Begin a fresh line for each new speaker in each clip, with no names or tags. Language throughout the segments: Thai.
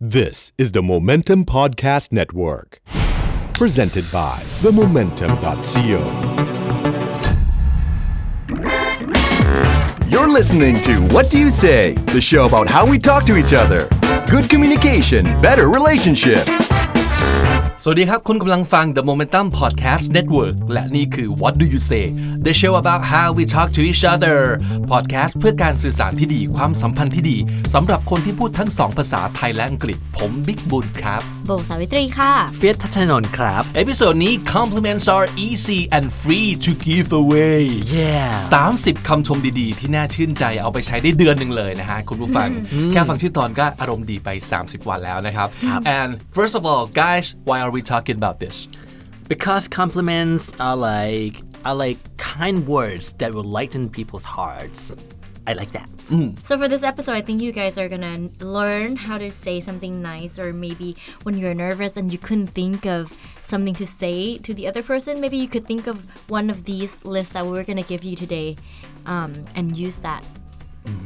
This is the Momentum Podcast Network, presented by themomentum.co. You're listening to What Do You Say, the show about how we talk to each other. Good communication, better relationship.
สวัสดีครับ คุณกำลังฟัง The Momentum Podcast Network และนี่คือ What Do You Say The Show about how we talk to each other Podcast เพื่อการสื่อสารที่ดีความสัมพันธ์ที่ดีสำหรับคนที่พูดทั้งสองภาษาไทยและอังกฤษ ผมบิ๊กบุญครับ
โบสาวิตรีค่ะ
เฟียสทัชชนนท์ครับ
เอพิโซดนี้ compliments are easy and free to give away
Yeah
30 คำชมดีๆ ที่น่าชื่นใจเอาไปใช้ได้เดือนหนึ่งเลยนะฮะ คุณผู้ฟัง แค่ฟังชื่อตอนก็อารมณ์ดีไป 30 วันแล้วนะครับ and first of all guys why are we talking about this
because compliments are like are like kind words that will lighten people's hearts I like that
so for this episode I think you guys are gonna learn how to say something nice or maybe when you're nervous and you couldn't think of something to say to the other person maybe you could think of one of these lists that we were gonna give you today um, and use that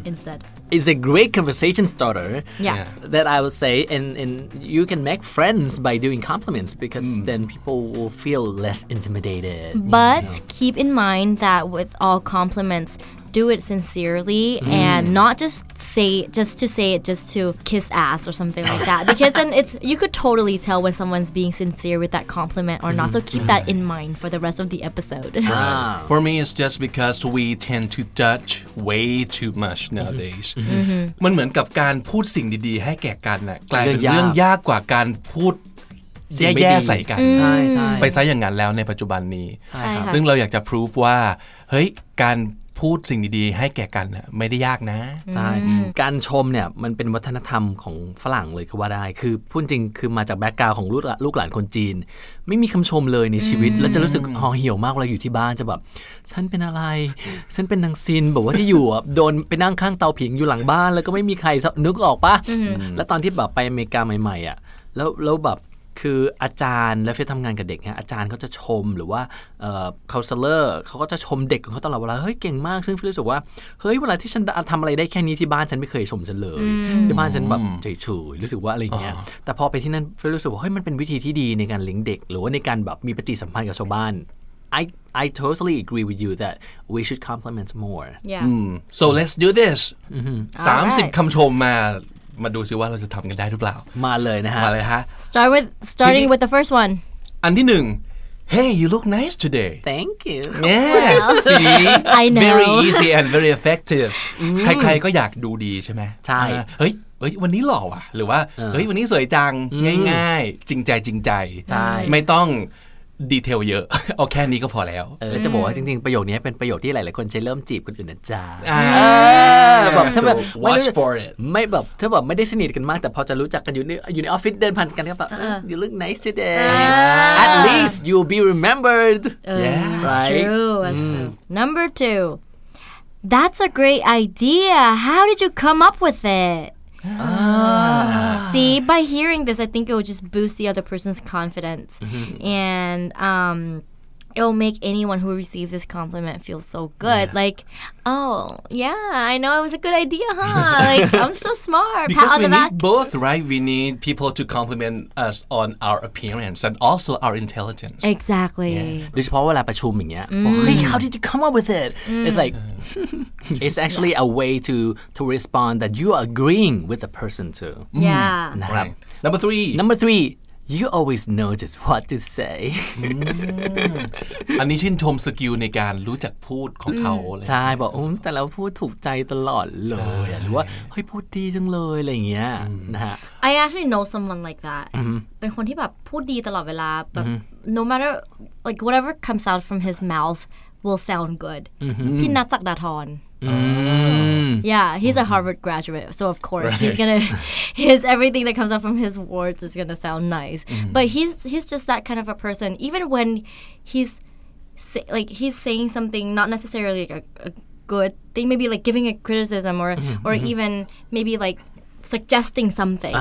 instead
it's a great conversation starter
yeah,
Yeah.
that I would say and and you can make friends by doing compliments because then people will feel less intimidated
But keep in mind that with all compliments, do it sincerely and not just say just to say it just to kiss ass or something like that because then it's you could totally tell when someone's being sincere with that compliment or not so keep that in mind for the rest of the episode
For me, it's just because we tend to judge way too much nowadays มันเหมือนกับการพูดสิ่งดีๆ ให้แก่กันน่ะกลายเป็น
เรื่
เรื่อง
องยาก
เรื่องยากกว่าการพูด
สิ่งไม่
แย่
ดี
ๆใส่กัน
ใช่ใช่
ไปซะอย่างนั้นแล้วในปัจจุบันนี้
ใช่ครับ
ค่ะ
ซึ่งเราอยากจะพิสูจว่า เฮ้ย การพูดสิ่งดีๆ ให้แก่กันน่ะไม่ได้ยากนะ
ใช่การชมเนี่ยมันเป็นวัฒนธรรมของฝรั่งเลยก็ว่าได้ คือพูดจริงคือมาจากแบ็กกราวของลูกหลานลูกหลานคนจีน ไม่มีคำชมเลยในชีวิต แล้วจะรู้สึกห่อเหี่ยวมากเวลาอยู่ที่บ้านจะแบบ ฉันเป็นอะไร ฉันเป็นนางซินแบบว่าที่อยู่อะโดนไปนั่งข้างเตาผิงอยู่หลังบ้าน แล้วก็ไม่มีใครสักนึกออกปะแล้วตอนที่แบบไปอเมริกาใหม่ๆอ่ะแล้วแล้วแบบ คืออาจารย์และเฟยทำงานกับเด็กเนี่ยอาจารย์เขาจะชมหรือว่าเอ่อ counselor เขาก็จะชมเด็กของเขาตลอดเวลาเฮ้ยเก่งมากซึ่งเฟยรู้สึกว่าเฮ้ยเวลาที่ฉันทำอะไรได้แค่นี้ที่บ้านฉันไม่เคยชมฉันเลยที่บ้านฉันแบบเฉยๆรู้สึกว่าอะไรอย่างเงี้ยแต่พอไปที่นั่นเฟยรู้สึกว่าเฮ้ยมันเป็นวิธีที่ดีในการเลี้ยงเด็ก หรือว่าในการแบบมีปฏิสัมพันธ์กับชาวบ้าน I I totally agree with you that we should compliment more
yeah
so let's do this สามสิบ
Alright
คำชมมา มาดูซิว่าเราจะทำกันได้หรือเปล่า
มาเลยนะฮะ
มาเลยฮะ
start with starting with the first one
อันที่หนึ่ง hey you look nice today
thank you
Yeah. See?
I know.
Very easy and very effective ใครๆ ก็อยากดูดีใช่ไหม
ใช่
อ่าเฮ้ย เฮ้ย วันนี้หล่อว่ะ หรือว่า เฮ้ย วันนี้สวยจัง ง่ายๆ จริงใจจริงใจ
ใช่
ไม่ต้องดีเทลเยอะ เอาแค่นี้ก็พอแล้ว
เออจะบอกว่าจริงๆ ประโยคนี้เป็นประโยคที่หลายๆคนใช้เริ่มจีบคนอื่นนะจ๊ะ
อ่า
แบบถ้าแบบ
So watch for it
ไม่แบบถ้าแบบไม่ได้สนิทกันมาก แต่พอจะรู้จักกันอยู่ในอยู่ในออฟฟิศเดินผ่านกันก็แบบเออ you look nice today at least you'll be remembered
yeah
That's
Right?
true.
Mm.
That's true. Number two. That's a great idea. How did you come up with it?
Ah.
See, by hearing this, I think it will just boost the other person's confidence.
Mm-hmm.
And um, it will make anyone who receives this compliment feel so good. Like, oh, yeah, I know it was a good idea, huh? like, I'm so smart. Pat
Because
on
we
the back.
need both, right? We need people to compliment us on our appearance and also our intelligence.
Exactly.
โดยเฉพาะเวลาประชุมอย่างเงี้ยบอกเฮ้ย how did you come up with it it's like it's actually a way to to respond that you are agreeing with the person too
Mm.
Yeah.
นะครับ
Right. Number three.
number three you always know just what to say
อันนี้ชื่นชมสกิลในการรู้จักพูดของเขาเลย
ใช่ บอกโอ้แต่เราพูดถูกใจตลอดเลยอะหรือว่าเฮ้ยพูดดีจังเลยอะไรอย่างเงี้ยนะฮะ
I actually know someone like that เป็นคนที่แบบพูดดีตลอดเวลาแบบ no matter like whatever comes out from his mouth will sound good พี่นัทจักดาทร yeah he's a Harvard graduate so of course he's gonna his everything that comes out from his words is gonna sound nice but he's he's just that kind of a person even when he's say, like he's saying something not necessarily like a, a good thing maybe like giving a criticism or or even maybe like suggesting something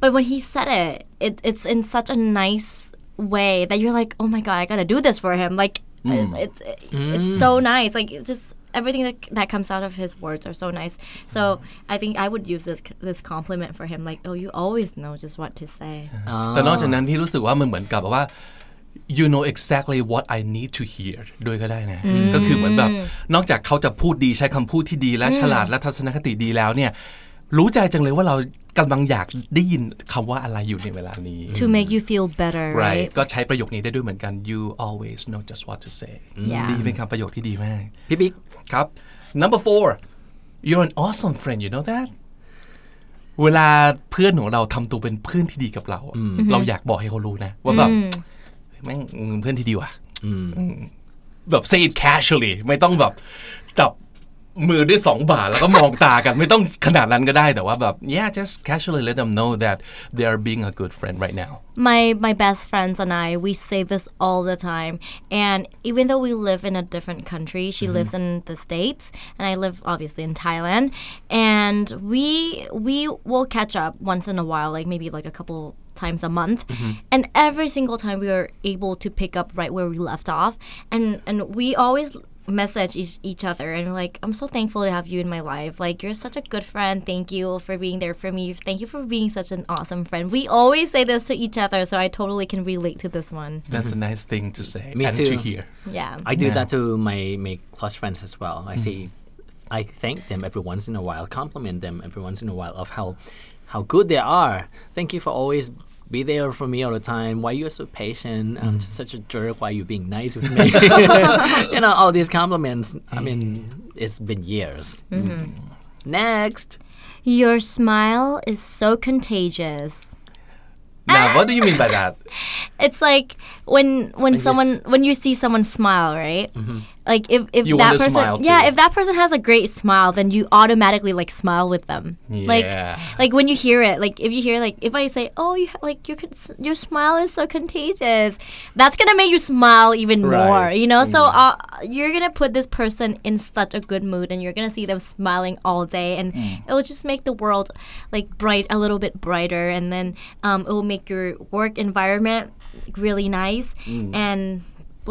but when he said it, it it's in such a nice way that you're like oh my god i gotta do this for him like it's it's, it's so nice like it's just everything that, that comes out of his words are so nice. So I think I would use this this compliment for him. Like, oh, you always know just what to say.
แต่นอกจากนั้นพี่รู้สึกว่ามันเหมือนกับแบบว่า you know exactly what I need to hear ด้วยก็ได้นะ ก็คือเหมือนแบบ นอกจากเขาจะพูดดีใช้คำพูดที่ดีและฉลาดและทัศนคติดีแล้วเนี่ย รู้ใจจังเลยว่าเรากำลังอยากได้ยินคำว่าอะไรอยู่ในเวลานี้
To make you feel better,
right
right?
ก็ใช้ประโยคนี้ได้ด้วยเหมือนกัน you always know just what to say
Yeah
ดีเป็นคำประโยคที่ดีมาก
พี่บิ๊ก
ครับ number four you're an awesome friend you know that เวลาเพื่อนของเราทำตัวเป็นเพื่อนที่ดีกับเราอะเราอยากบอกให้เขารู้นะ ว่าแบบแม่งมึงเพื่อนที่ดีว่ะแบบ say it casually ไม่ต้องแบบจับมือด้วยสองบ่าแล้วก็มองตากัน ไม่ต้องขนาดนั้นก็ได้แต่ว่าแบบ yeah just casually let them know that they are being a good friend right now
my my best friends and I we say this all the time and even though we live in a different country she lives in the states and I live obviously in Thailand and we we will catch up once in a while like maybe like a couple times a month and every single time we are able to pick up right where we left off and and we always message each, each other and like i'm so thankful to have you in my life like you're such a good friend thank you for being there for me thank you for being such an awesome friend we always say this to each other so i totally can relate to this one
that's a nice thing to say
Me
and
too.
to hear
yeah
I do that to my my close friends as well. I say, I thank them every once in a while, compliment them every once in a while of how how good they are. Thank you for always be there for me all the time. Why you're so patient? I'm just such a jerk. Why you being nice with me? you know all these compliments. I mean, it's been years. Next,
your smile is so contagious
now what do you mean by that
it's like when when
you
someone when you see someone smile right like if, if
Mm-hmm. You
that
wanna
person
smile
yeah
too.
if that person has a great smile then you automatically like smile with them
Yeah.
like like when you hear it like if you hear like if i say oh you ha- like your con- your smile is so contagious that's gonna make you smile even
Right.
more you know so
Mm.
uh, you're gonna put this person in such a good mood and you're gonna see them smiling all day and
Mm.
it will just make the world like bright a little bit brighter and then um, it will make your work environment really nice
Mm.
and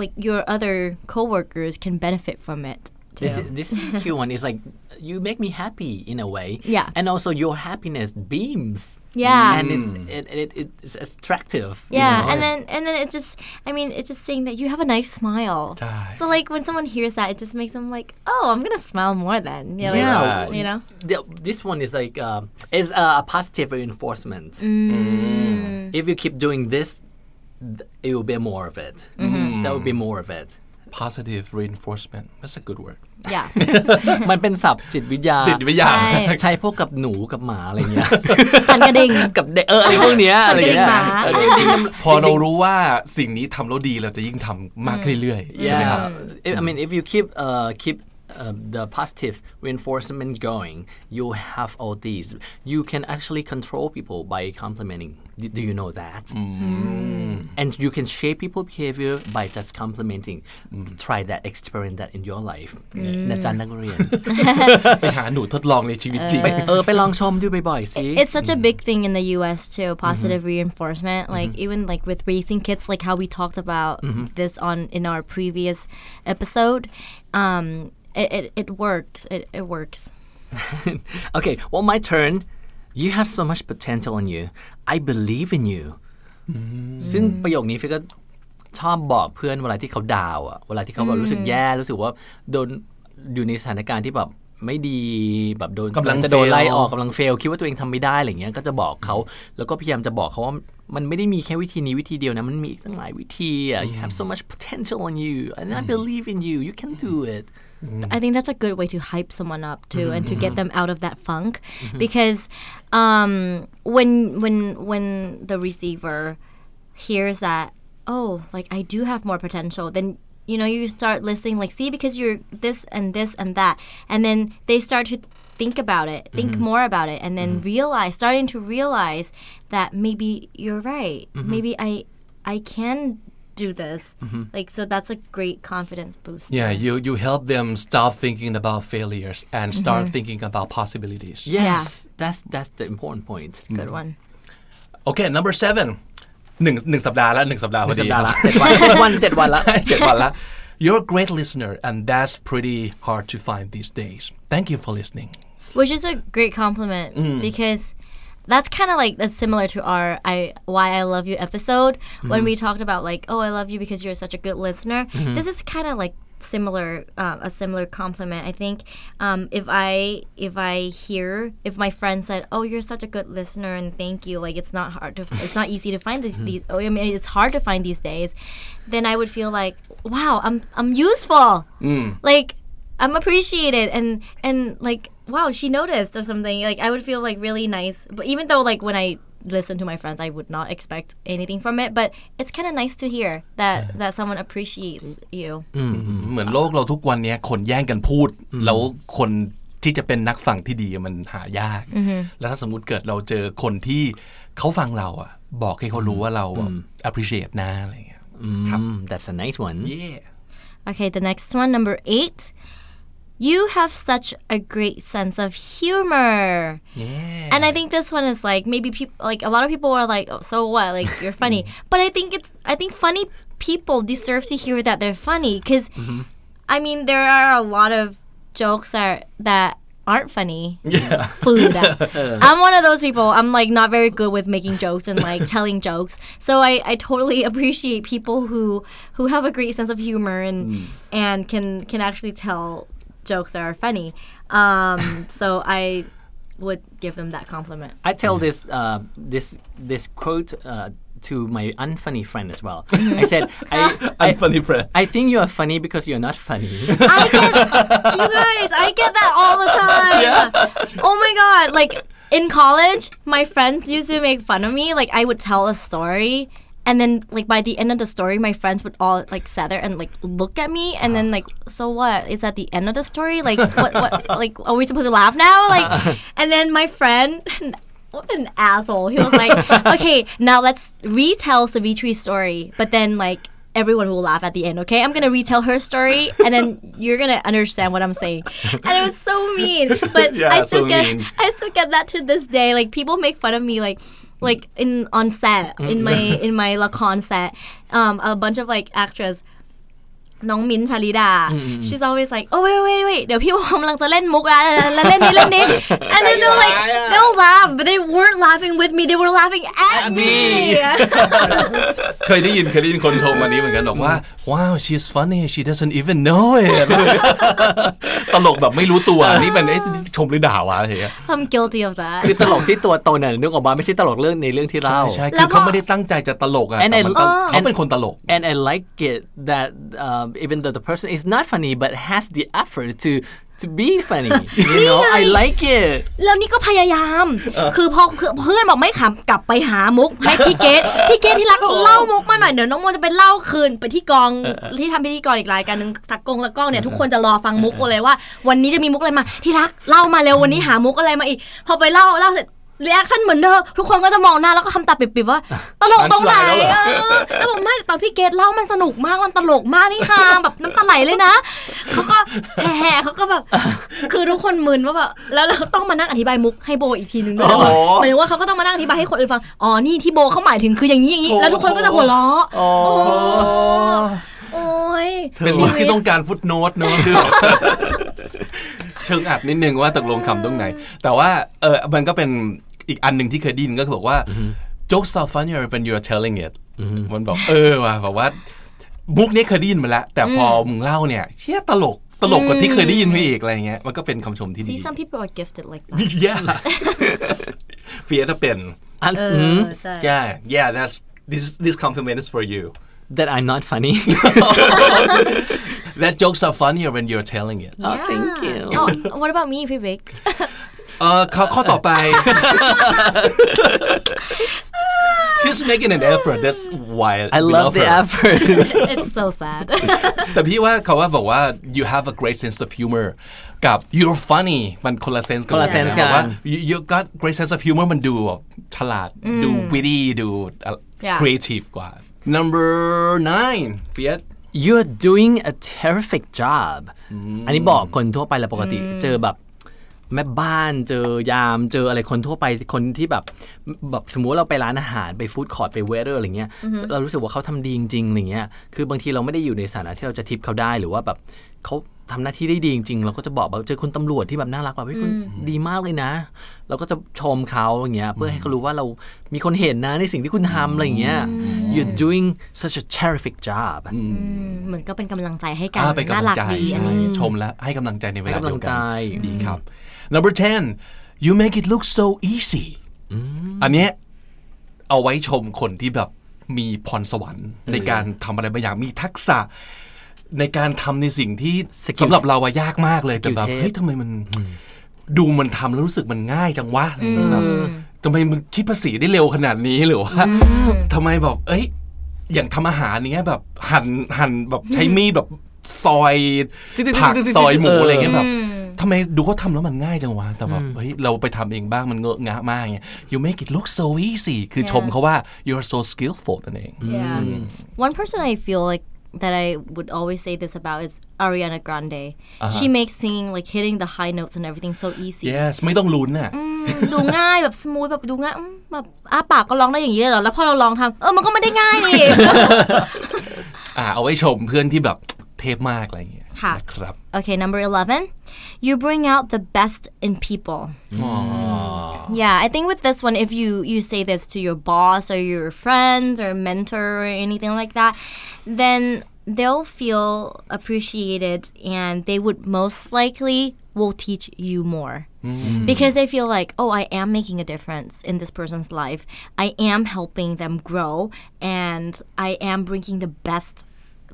like your other coworkers can benefit from it too.
this this cute one is like you make me happy in a way.
Yeah.
and also your happiness beams.
yeah
Mm.
and it, it, it, it's attractive. you
Yeah,
know?
and then and then it's just I mean it's just saying that you have a nice smile.
Die.
So like when someone hears that, it just makes them like, oh, I'm gonna smile more then. You know,
Yeah.
like, you know.
The- this one is like uh, is a positive reinforcement.
Mm.
Mm.
If you keep doing this, th- it will be more of it.
Mm.
There will be more of it.
positive reinforcement that's a good word
Yeah.
มันเป็นศัพท์จิตวิทยา
จิตวิทยา
ใช่
ใช้พวกกับหนูกับหมาอะไรเงี้ย
สันกระดิ่ง
กับเด็กเอออะไรพวกเนี้ย อะไรเงี้ย
สัตว์เลี้ยงหมา
เออจริงๆ
พอเรารู้ว่าสิ่งนี้ทำแล้วดีเราจะยิ่งทำมากขึ้นเรื่อยๆใช่ไหมครับ
Yeah. If- I mean, if you keep uh, keep uh, the positive reinforcement going, you have all these. You can actually control people by complimenting. Do, do you know that? And you can shape people behavior by just complimenting. Try that, experiment that in your life. นะจ๊ะนักเรียน
ไปหาหนูทดลองในชีวิตจริง
ไปเออไปลองชมดูบ่อยๆสิ
It's such a big thing in the U.S. too. Positive reinforcement, like even like with raising kids, like how we talked about this on in our previous episode. Um, it it, it works. It it works.
okay, well, my turn. You have so much potential in you. I believe in you. ซึ่งประโยคนี้ฟิกก็ชอบบอกเพื่อนเวลาที่เขาดาวน์อะเวลาที่เขาแบบรู้สึกแย่ รู้สึกว่าโดนอยู่ในสถานการณ์ที่แบบไม่ดีแบบโดน
กำลัง
จะโดน
fail
ไล่ออกกำลังเฟลคิดว่าตัวเองทำไม่ได้อะไรเงี้ยก็จะบอกเขาแล้วก็พยายามจะบอกเขาว่ามันไม่ได้มีแค่วิธีนี้วิธีเดียวนะมันมีอีกตั้งหลายวิธีอะ you have so much potential in you and I believe in you you can do it
I think that's a good way to hype someone up too, and to get them out of that funk, because um, when when when the receiver hears that, oh, like I do have more potential, then you know you start listening, like see because you're this and this and that, and then they start to think about it, think more about it, and then realize, starting to realize that maybe you're right, maybe I I can do this, like so that's a great confidence boost.
Yeah you you help them stop thinking about failures and start thinking about possibilities
yes that's that's the important point
Good one.
Okay number seven หนึ่งหนึ่งสัปดาห์ละหนึ่งสัปดาห์พอดี
สัปดาห์ละเจ็ดวันเจ็ดวันเจ็ดวันละ
เจ็ดวันละ You're a great listener, and that's pretty hard to find these days. Thank you for listening.
which is a great compliment because that's kind of like that's similar to our I why I love you episode when we talked about like oh I love you because you're such a good listener. This is kind of like similar uh, a similar compliment. I think um, if I if I hear if my friend said oh you're such a good listener and thank you like it's not hard to it's not easy to find these these oh, I mean it's hard to find these days, then I would feel like wow I'm I'm useful like I'm appreciated and and like wow she noticed or something like I would feel like really nice but even though like when I listen to my friends I would not expect anything from it but it's kind of nice to hear that that someone appreciates you
เหมือนโลกเราทุกวันเนี้ยคนแย่งกันพูด แล้วคนที่จะเป็นนักฟังที่ดีมันหายาก แล้วถ้าสมมุติเกิดเราเจอคนที่เขาฟังเราอ่ะ บอกให้เขารู้ว่าเราแบบ appreciate นะอะไรเงี้ย
Mm, that's a nice one.
yeah
okay the next one number eight you have such a great sense of humor
yeah
And I think this one is like maybe people like a lot of people are like, oh, so what? Like you're funny,
Mm-hmm.
but I think it's I think funny people deserve to hear that they're funny because
Mm-hmm.
I mean there are a lot of jokes that that aren't funny.
yeah
Food. I'm one of those people. I'm like not very good with making jokes and like telling jokes. So I, I totally appreciate people who who have a great sense of humor and and can can actually tell jokes that are funny. Um, so I would give them that compliment.
I tell this uh, this this quote uh, to my unfunny friend as well. I said, I,
I'm
I,
funny friend
I think you are funny because you're not funny.
I get, you guys, I get that all the time. Oh my god, like in college, my friends used to make fun of me. Like I would tell a story and then like by the end of the story my friends would all like gather and like look at me and then like so what is that the end of the story like what what like are we supposed to laugh now like and then my friend what an asshole he was like okay now let's retell savitri's story but then like everyone will laugh at the end, okay? I'm gonna retell her story and then you're gonna understand what I'm saying. And it was so mean. But
Yeah,
I still
so
get
mean.
I still get that to this day. Like people make fun of me like like in on set, in my in my Lacon set. Um a bunch of like actors น้องมินท์ชาลิดา she's always like oh wait wait wait เดี๋ยวพี่วอมกำลังจะเล่นมุกแล้วแล้วเล่นนี้เล่ นนี้ and then they're like they'll laugh but they weren't laughing with me they were laughing at me
เคยได้ยินเคยได้ยินคนชมอันนี้เหมือนกันบอกว่า wow she's funny she doesn't even know it ตลกแบบไม่รู้ตัว นี่เป็นเอ๊ะชมหรือด่าวะอะไรเงี้ย
I'm guilty of that
คือตลกที่ตัวตนน่ะนึกออกมาไม่ใช่ตลกเรื่องในเรื่องที่เล่า
ใช่ใช่
แล้
คือ
วก็
เขาไม่ได้ตั้งใจจะตลกอะ
And
แต่
I-
มันตลก
อ๋อ
เขาเป็นคนตลก
And I like it that um, even though the person is not funny, but has the effort to to be funny. You know, I like it.
แล้วนี่ก็พยายาม คือพอเพื่อนบอกไม่ขำกลับไปหามุกให้พี่เกตพี่เกตที่รักเล่ามุกมาหน่อยเดี๋ยวน้องโมจะไปเล่าคืนไปที่กองที่ทำพิธีกรอีกรายการหนึ่งตะกงตะกล้องเนี่ยทุกคนจะรอฟังมุกกูเลยว่า วันนี้จะมีมุกอะไรมาที่รักเล่ามาเร็ววันนี้หามุกอะไรมาอีก พอไปเล่าเล่าเสร็จเรีแอคชั่นเหมือนเดิมทุกคนก็จะมองหน้าแล้วก็ทำตาปิบ ๆว่าตลกตรงไหน
มันสลายแล้วเหรอ
เออแล้วบอกไม่แต่ตอนพี่เกตเล่ามันสนุกมากมันตลกมากนี่ค่ะแบบน้ำตาไหลเลยนะเขาก็แห่ๆเขาก็แบบ คือทุกคนมึนว่าแบบแล้วเราต้องมานั่งอธิบายมุกให้โบอีกทีนึงด้วยนะ
โอ้โห
หมายถึงว่าเขาก็ต้องมานั่งอธิบายให้คนอื่นฟังอ๋อนี่ที่โบเขาหมายถึงคืออย่างนี้อย่างนี้แล้วทุกคนก็จะหัวเราะโอ้โอ้ย
เป็นมุกที่ ต้องการฟุตโนตเนอะคือ เชิงอัดนิดนึงว่าตกลงคำตรงไหน แต่ว่าเออมันก็เป็นอีกอันหนึ่งที่เคยไดยินก็คือบอกว่า jokes are funnier when you're telling it มันบอกเออว่ะแบบว่ามุกนี้เคยได้ยินมาแล้ว แต่พอมึงเล่าเนี่ยเชี่ยตลกตลกกว่าที่เคยได้ยินมาอีกอะไรเงี้ยมันก็เป็นคำชมที่ดี
See some people are gifted like that
yeah เฟียจะเป็น
And,
เออใช่
yeah yeah that's this this compliment is for you
That I'm not funny.
that jokes are funnier when you're telling it
Oh, thank you.
Oh, what about me พี่เบ ก
เออข้อข้อต่อไป she's making an effort that's why
I
we
love the
her.
effort.
it's so sad
แต่พี่ว่าเขาว่าบอกว่า you have a great sense of humor กับ you're funny มันคนละ sense กัน
คนละ sense กั
บ
น
อกว่า you- you got great sense of humor มันดูแบบฉลาด ดู witty ดูอะ
Yeah.
creative กว่า number nine เฟียส
You're doing a terrific job อันนี้บอกคนทั่วไปแหละปกติ เจอแบบ แม่บ้านเจอยามเจออะไรคนทั่วไปคนที่แบบแบบสมมติเราไปร้านอาหารไปฟู้ดคอร์ทไปเวเดอร์อะไรเงี้ยเรารู้สึกว่าเขาทำดีจริงๆอะไรเงี้ยคือบางทีเราไม่ได้อยู่ในสถานะที่เราจะทิปเขาได้หรือว่าแบบเขาทำหน้าที่ได้ดีจริงๆเราก็จะบอกแบบเจอคุณตำรวจที่แบบน่ารักแบบเฮ้ยคุณดีมากเลยนะ เราก็จะชมเขาอย่างเงี้ยเพื่อให้เขารู้ว่าเรามีคนเห็นนะในสิ่งที่คุณทำอะไรเงี้ย you're doing such a terrific job
อืมเหมือนก็เป็นกำลังใจให้กัน
อ่าเป็นกำ
น่า
ลัง
รัก
ใจ
ดีอัน
ใช่
นี้
ชมและให้กำลังใจในเวลาเดียวกั
ให้กำลังใจ
ดีครับ number 10 you make it look so easy อันเนี้ยเอาไว้ชมคนที่แบบมีพรสวรรค์ ในการทำอะไรบางอย่างมีทักษะ ในการทำในสิ่งที่
สกิล
สำหรับเราอะยากมากเลย
สกิ
แต่
ล
แบบ
เทพ
เฮ้ยทำไมมัน ดูมันทำแล้วรู้สึกมันง่ายจังวะแบบทำไมมึงคิดภาษีได้เร็วขนาดนี้หรือว่าทำไมแบบเอ้ย อย่างทำอาหารอย่างเงี้ยแบบหั่นหั่นแบบใช้มีดแบบซอย
จิ๊ดๆๆๆๆ
ผักซอยหมู
เอออ
อะไรเงี้ยแบบทำไมดูเขาทำแล้วมันง่ายจังวะแต่แบบเฮ้ยเราไปทำเองบ้างมันเงอะงะมากเงี้ย you make it look so easy คือชมเขาว่า you're so skillful นั่นเอง
Yeah. One person I feel like that I would always say this about is Ariana Grande. She makes singing like hitting the high notes and everything so easy.
yes ไม่ต้องลุ้นน่ะ
อืมดูง่ายแบบสมูทแบบดูง่ายอืมแบบอ้าปากก็ร้องได้อย่างนี้เลยเหรอ แล้วพอเราลองทำเออมันก็ไม่ได้ง่ายนี่
อ่าเอาไว้ชมเพื่อนที่แบบเทพมากอะไรเงี้ย
ค่ะ
นะครับ
Okay, number 11. You bring out the best in people. Yeah, I think with this one, if you, you say this to your boss or your friends or mentor or anything like that, then they'll feel appreciated and they would most likely will teach you more. Because they feel like, oh, I am making a difference in this person's life. I am helping them grow and I am bringing the best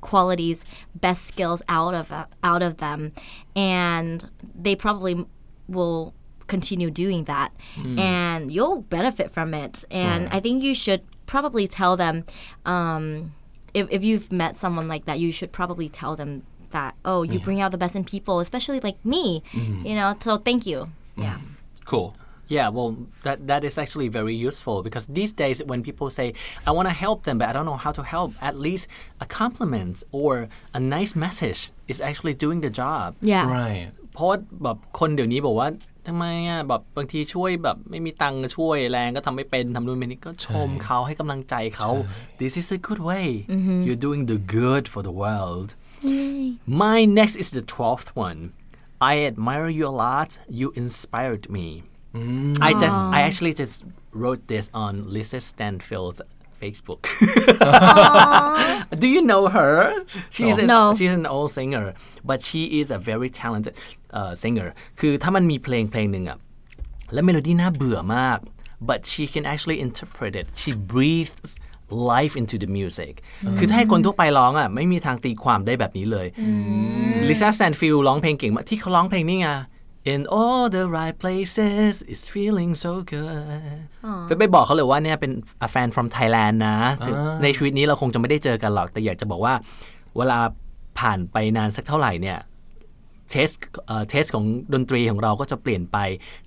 qualities, best skills out of out of them, and they probably will continue doing that, and you'll benefit from it. And I think you should probably tell them, um, if if you've met someone like that, you should probably tell them that oh, you bring out the best in people, especially like me, you know. So thank you. Yeah.
cool
Yeah, well, that that is actually very useful because these days when people say I want to help them but I don't know how to help, at least a compliment or a nice message is actually doing the job.
Yeah.
right
เพราะว่าแบบคนเดี๋ยวนี้บอกว่าทำไมอ่ะแบบบางทีช่วยแบบไม่มีตังค์ก็ช่วยแรงก็ทำไม่เป็นทำนู่นไม่นี่ก็ชมเขาให้กำลังใจเขา This is a good way you're doing the good for the world My next is the twelfth one I admire you a lot you inspired me I just I actually just wrote this on Lisa Stanfield's Facebook Do you know her? She's an,
No.
she's an old singer, but she is a very talented uh, singer. คือถ้ามันมีเพลงเพลงหนึ่งอะและเมโลดี้น่าเบื่อมาก but she can actually interpret it. She breathes life into the music. คือถ้าให้คนทั่วไปร้องอะไม่มีทางตีความได้แบบนี้เลยลิซ่าแซนฟิลร้องเพลงเก่งมากที่เขาร้องเพลงนี่ไง In all the right places is feeling so good ไปไปบอกเขาเลยว่าเนี่ยเป็น a fan from Thailand นะถึงในชีวิตนี้เราคงจะไม่ได้เจอกันหรอก แต่อยากจะบอกว่า เวลาผ่านไปนานสักเท่าไหร่เนี่ย เทสเทสของดนตรีของเราก็จะเปลี่ยนไป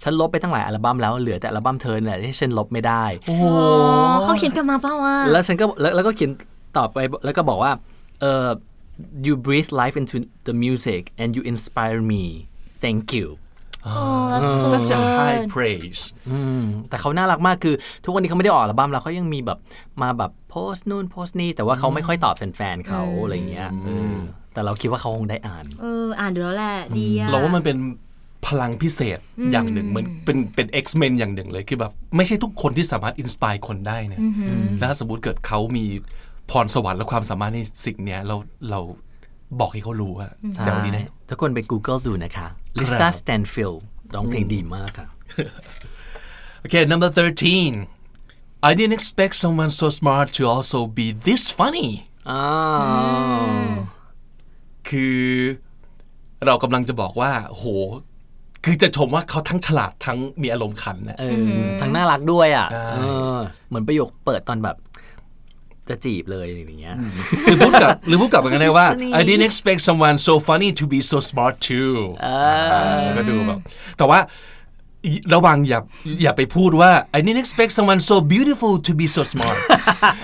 ฉันลบไปตั้งหลายอัลบั้มแล้วเหลือแต่อัลบั้มเธอเนี่ยที่ฉันลบไม่ได้
Oh, เขาเขียนกลับมาเปล่าวะ?
แล้วฉันก็แล้วแล้วก็เขียนตอบไปแล้วก็บอกว่าเออ you breathe life into the music and you inspire me thank you
such a high praise
แต่เขาน่ารักมากคือ ทุกวันนี้เขาไม่ได้ออกอัลบั้มแล้วเขายังมีแบบมาแบบโพสต์นู่นโพสต์นี่ แต่ว่าเขาไม่ค่อยตอบแฟนๆเขาอะไรเงี้ยเออแต่เราคิดว่าเขาคงได้อ่าน
เอออ่านดูแล้วแหละดีอะ
เราว่ามันเป็นพลังพิเศษอย่างหนึ่งเหมันเป็นเป็น X-Men อย่างหนึ่งเลยคือแบบไม่ใช่ทุกคนที่สามารถอินสปายคนได้นะแล้วถ้าสมมติเกิดเขามีพรสวรรค์และความสามารถในสิ่งเนี้ยเราเราบอกให้เขารู้ว่าจะเอาดีแน่
ทุกคนไป Google ดูนะคะ
ครั
Lisa
บ
Stanfield ร้องเพลงดีมากค่ะ
โอเค number 13 I didn't expect someone so smart to also be this funny
อ๋อ
คือเรากำลังจะบอกว่า โห คือจะชมว่าเขาทั้งฉลาดทั้งมีอารมณ์ขันนะ
เอออทั้งน่ารักด้วยอ่ะ
ใช่
เออเหมือนประโยคเปิดตอนแบบ จะจีบเลยอย่างเงี้ย
หรือพูดกับหรือพูดกับกันได้ว่า
This is funny.
I didn't expect someone so funny to be so smart too ก็ดูแบบแต่ว่า ระวังอย่าอย่าไปพูดว่า I didn't expect someone so beautiful to be so smart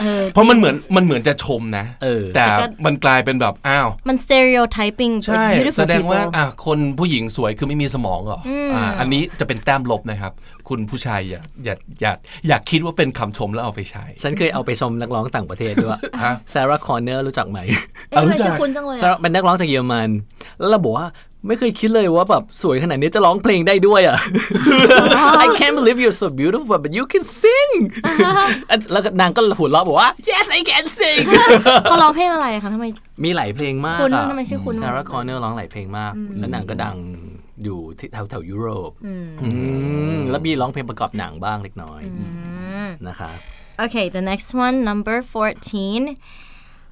เออ
เพราะมันเหมือนมันเหมือนจะชมนะ
เออ
แต่
แต่ก็
มันกลายเป็นแบบอ้าว
มัน stereotyping
ใช่
like beautiful
แสดงว่า
people
อ่ะคนผู้หญิงสวยคือไม่มีสมองเหรออ
ม
อ่าอันนี้จะเป็นแต้มลบนะครับ คุณผู้ชายอย่าอย่าอย่าอย่าคิดว่าเป็นคำชมแล้วเอาไปใช้
ฉันเคยเอาไปชมนักร้องต่างประเทศด้วย
ฮะ
ซาร่าคอนเนอร์รู้จั กไหม
เอ๊ะทำไม
เอารู้จัก
ชื่อคุณจังเลย
ซา
อะ
ร่ าเป็นนักร้องจากเยอรมัน แล้วเราบอกว่าไม่เคยคิดเลยว่าแบบสวยขนาดนี้จะร้องเพลงได้ด้วย อ่ะ I can't believe you're so beautiful but you can sing แล้วก็นางก็หัวเราะบอกว่า yes I can sing
เขาร้องเพลงอะไรอะคะทำไม
มีหลายเพลงมาก
คุณ
อะ
ทำไมชื่อคุณ
ซาร่า
อะ
คอนเนอร์ร้องหลายเพลงมาก แล้วนางก็ดังอยู่ที่แถวแถวยุโรปอืมแล้วมีร้องเพลงประกอบหนังบ้างเล็กน้อยนะคะ
Okay, the next one, number 14.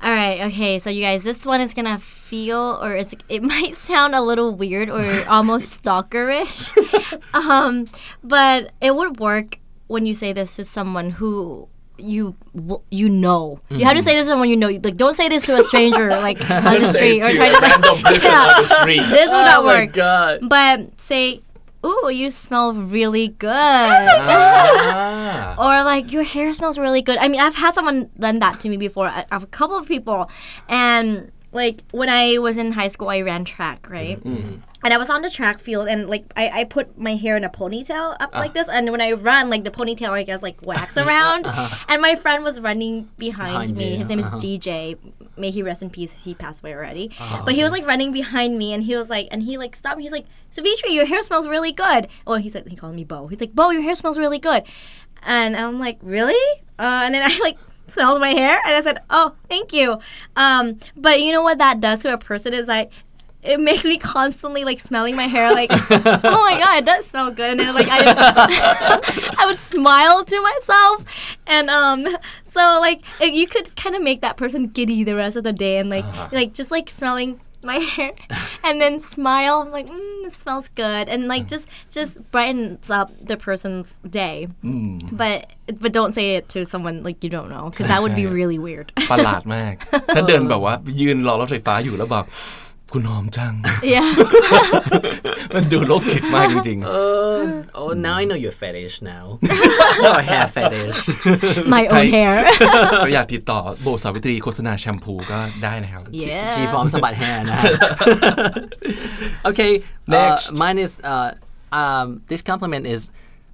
All right, okay, so you guys, this one is gonna feel or is, it might sound a little weird or almost stalkerish, um, but it would work when you say this to someone who you w- you know. You have to say this to someone you know. Like, don't say this to a stranger, like on the street or try to like, yeah, this would not work.
god
But say, "Ooh, you smell really good."
อ่า
or like your hair smells really good. I mean, I've had someone done that to me before. I, I have a couple of people, and like when I was in high school, I ran track, right? And I was on the track field, and like I, I put my hair in a ponytail
Ah.
up like this, and when I run, like the ponytail, I guess, like whacks around. And my friend was running behind,
Uh-huh.
me.
Behind you,
His name
uh-huh.
is DJ. May he rest in peace. He passed away already.
Oh.
But he was like running behind me, and he was like, and he like stopped. He's like, Savitri, your hair smells really good. Oh, he said he called me Bo. He's like, Bo, your hair smells really good. And I'm like, really? Uh, and then I like smelled my hair and I said, oh, thank you. Um, but you know what that does to a person is like, it makes me constantly like smelling my hair, like, oh my god, it does smell good. And then like I, I would smile to myself, and um, so like it, you could kind of make that person giddy the rest of the day, and like like just like smelling my hair, and then smile, and, like mm, it smells good, and like just just brightens up the person's day. But but don't say it to someone like you don't know because that would be
Right.
really weird.
ประหลาดมาก ถ้าเดินแบบว่า ยืนรอรถไฟฟ้าอยู่แล้วแบบคุณหอมจัง
yeah.
มันดูโรคจิตมากจริง
oh now I know your fetish now your hair fetish
My own
Right.
hair.
ๆก็อยากติดต่อโบสาวิตรีโฆษณาแชมพูก็ได้นะครับ
yeah.
ชีพร้อมสะบัดแฮร์นะฮะ okay uh,
Next.
mine is uh, um, this compliment is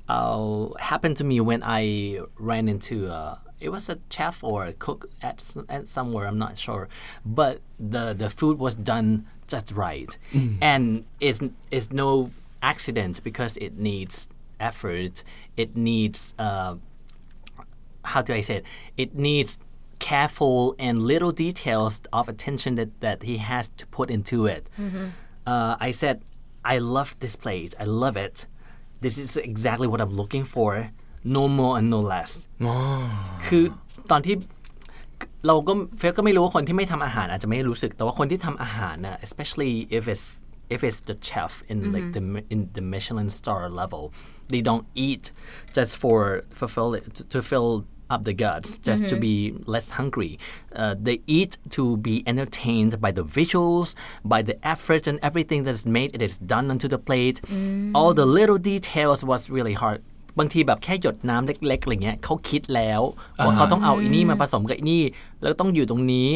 uh, happened to me when I ran into a it was a chef or a cook at, s- at somewhere I'm not sure but the the food was done just right and it's it's no accident because it needs effort it needs uh, how do I say it? It needs careful and little details of attention that, that he has to put into it. Uh, I said, I love this place. I love it. This is exactly what I'm looking for. No more and no less. คือตอนที่เราก็เฟลก็ไม่รู้ว่าคนที่ไม่ทำอาหารอาจจะไม่รู้สึกแต่ว่าคนที่ทำอาหารน่ะ especially if it's if it's the chef in like the mi- in the Michelin star level they don't eat just for fulfill it, to, to fill up the guts just to be less hungry Uh, they eat to be entertained by the visuals by the efforts and everything that's made it is done onto the plate all the little details was really hard บางทีแบบแค่หยดน้ำเล็กๆอะไรเงี้ยเขาคิดแล้วว่าเขาต้องเอาอีนี่มาผสมกับอีนี่แล้วต้องอยู่ตรงนี้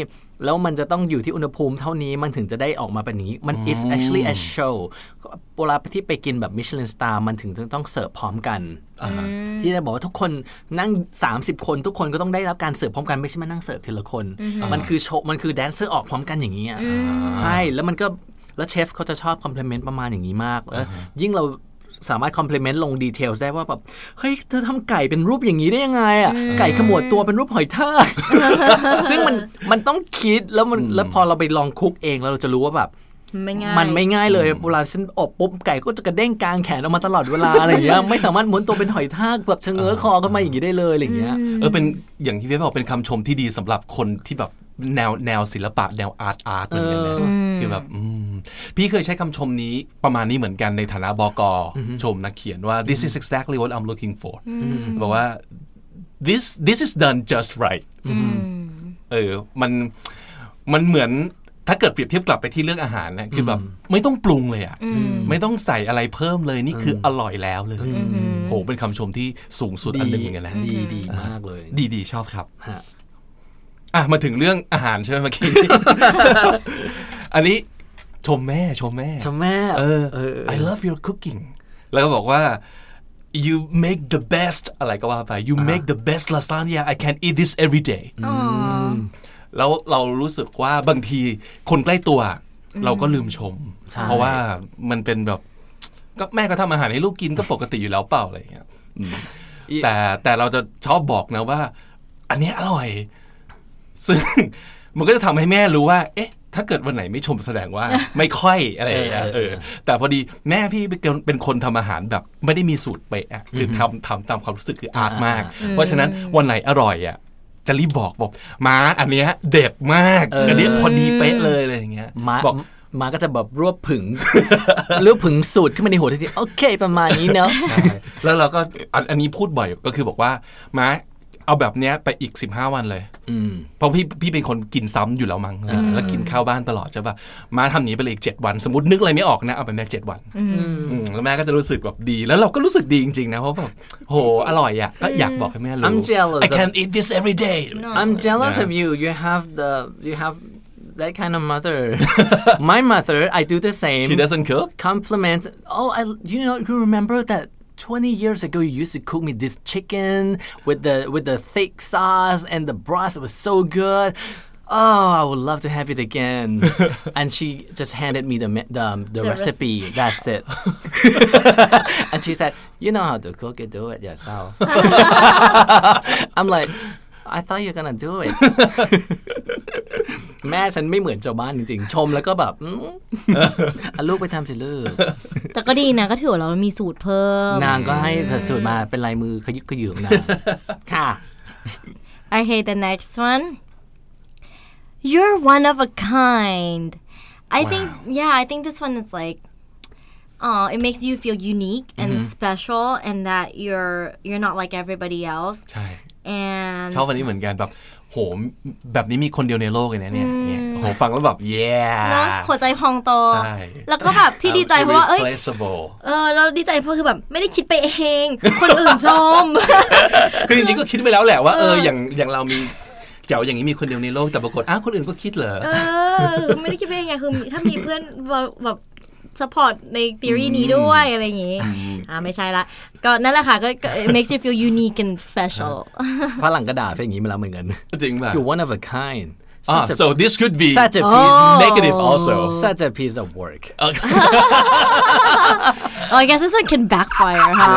แล้วมันจะต้องอยู่ที่อุณหภูมิเท่านี้มันถึงจะได้ออกมาเป็นอย่างนี้ มัน is actually a show เวลาที่ไปกินแบบมิชลินสตาร์มันถึงจะต้องเสิร์ฟพร้อมกัน ที่จะบอกว่าทุกคนนั่ง 30 คนทุกคนก็ต้องได้รับการเสิร์ฟพร้อมกันไม่ใช่มานั่งเสิร์ฟทีละคน มันคือโชว์มันคือแดนเซอร์ออกพร้อมกันอย่างนี้ยใช่แล้วมันก็แล้วเชฟเขาจะชอบคอมเพลเมนต์ประมาณอย่างนี้มากแล้วยิ่งเรา สามารถคอมเพลเมนต์ลงดีเทลได้ว่าแบบเฮ้ยเธอทำไก่เป็นรูปอย่างนี้ได้ยังไงอ่ะไก่ขมวดตัวเป็นรูปหอยทาก ซึ่งมันมันต้องคิดแล้วมันแล้วพอเราไปลองคุกเองแล้วเราจะรู้ว่าแบบ
ไม่ง่าย
มันไม่ง่ายเลยเวลาฉันอบปุ๊บไก่ก็จะกระเด้งกลางแขนออกมาตลอดเวลาอะไรอย่างเงี้ยไม่สามารถม้วนตัวเป็นหอยทากแบบชะเฉง้อคอกันมาอย่างนี้ได้เลยอะไรอย่างเงี้ย
เออเป็นอย่างที่พี่บอกเป็นคำชมที่ดีสำหรับคนที่แบบแนวแนวศิลปะแนวอาร์ตอาร์ตเหมือนกันนะ
เออ
คือแบบอืมพี่เคยใช้คำชมนี้ประมาณนี้เหมือนกันในฐานะบอกอชมนักเขียนว่า this is exactly what I'm looking for บอกว่า this this is done just right เออมันมันเหมือน ถ้าเกิดเปรียบเทียบกลับไปที่เรื่องอาหารนะคือแบบไม่ต้องปรุงเลยอ่ะ
อืม
ไม่ต้องใส่อะไรเพิ่มเลยนี่คืออร่อยแล้วเลยโหเป็นคำชมที่สูงสุดอันหนึ่งเหมือนกันนะ
ดีดีมากเลย
ดีดีชอบครับ
ฮะ
อ่ะมาถึงเรื่องอาหารใช่ไหมเมื่อกี้ อันนี้ชมแม่ชมแม่
ชมแม่
เออ
เออ
I love your cooking แล้วก็บอกว่า you make the best อะไรก็ว่าไป you make the best lasagna I can eat this every day แล้วเรารู้สึกว่าบางทีคนใกล้ตัว เราก็ลืมชม
ใช่
เพราะว่ามันเป็นแบบ ก็แม่ก็ทำอาหารให้ลูกกินก็ปกติอยู่แล้วเปล่าอะไรอย่างเงี้ยอืมแต่แต่เราจะชอบบอกนะว่า อันเนี้ยอร่อย ซึ่ง มันก็จะทำให้แม่รู้ว่า เอ๊ะ ถ้าเกิดวันไหนไม่ชมแสดงว่า ไม่ค่อยอะไรอย่างเงี้ยเออ แต่พอดีแม่พี่เป็นคนทำอาหารแบบ ไม่ได้มีสูตรเป๊ะอะคือทำทำตามความรู้สึกคืออาร์ตมาก เพราะฉะนั้นวันไหนอร่อยอ่ะ จะรีบบอกบอกมาอันเนี้ยเด็ดมาก อันเนี้ยพอดีเป๊ะเลยอะไรอย่างเงี้ย
มา
บอก
มาก็จะแบบรวบผึง รวบผึงสูตรขึ้นมาในหัวทันทีโอเค ประมาณนี้เนาะ
แล้วเราก็อันอันนี้พูดบ่อยก็คือบอกว่ามาเอาแบบเนี้ยไปอีก 15 วันเลย
อืม
เพราะพี่พี่เป็นคนกินซ้ำอยู่แล้วมั้งอะไรอย่างเงี้ยแล้วกินข้าวบ้านตลอดใช่ป่ะมาทำอย่างนี้ไปเลยอีก 7 วัน สมมตินึกอะไรไม่ออกนะเอาไปแม่7วันอืมแล้วแม่ก็จะรู้สึกแบบดี แล้วเราก็รู้สึกดีจริงๆนะเพราะแบบโหอร่อยอ่ะก็อยากบอกให้แม่รู้
I'm jealous
I can eat this every day
I'm jealous of you you have the you have that kind of mother my mother I do the same
she doesn't cook
compliment. Oh, I you know you remember that. 20 years ago you used to cook me this chicken with the with the thick sauce and the broth was so good oh i would love to have it again and she just handed me the me- the, the, recipe that's it and she said you know how to cook it do it yourself i'm like i thought you're gonna do it แม่ฉันไม่เหมือนชาวบ้านจริงๆ ชมแล้วก็แบบอืม เอาลูกไปทำสิลู ก
แต่ก็ดีนะก็ถือว่าเรามีสูตรเพิ่ม
นางก็ให้สูตรมาเป็นลายมือขยึกขยืม นาง ค่ะ
Okay, the next one. You're one of a kind. I think yeah, I think this one is like oh, it makes you feel unique and special and that you're you're not like everybody else
ใช่
and
ชอบวันนี้เหมือนกันแบบโหแบบนี้มีคนเดียวในโลกเลยนะเนี่ยเนี่ยโหฟังแล้วแบบ yeah
เนอะหัวใจพองโต
ใช่
แล้วก็แบบที่ดีใจเพราะว่าเอ้ย
Irreplaceable
เออเราดีใจเพราะคือแบบไม่ได้คิดไปเอง คนอื่นชม
คือจริงๆก็คิดไปแล้วแหละว่าเอออย่างอย่างเรามีแจ๋วอย่างนี้มีคนเดียวในโลกแต่ปรากฏอ้าวคนอื่นก็คิดเหรอ
เออไม่ได้คิดไปเองไงคือมีถ้ามีเพื่อนแบบแบบสปอร์ตในทีรีนี้ด้วยอะไรอย่างงี้อ่าไม่ใช่ละ ก็นั่นแหละค่ะก็ก็ it makes you feel unique and special
ฝรั่งกระดาษเป็นอย่างนี้มาแล้วเหมือนกัน
จริงป่ะ
You're one of a kind
Ah,
such a,
so this could be
such a piece,
negative also
such a piece of work
oh I guess this one can backfire ค่ะ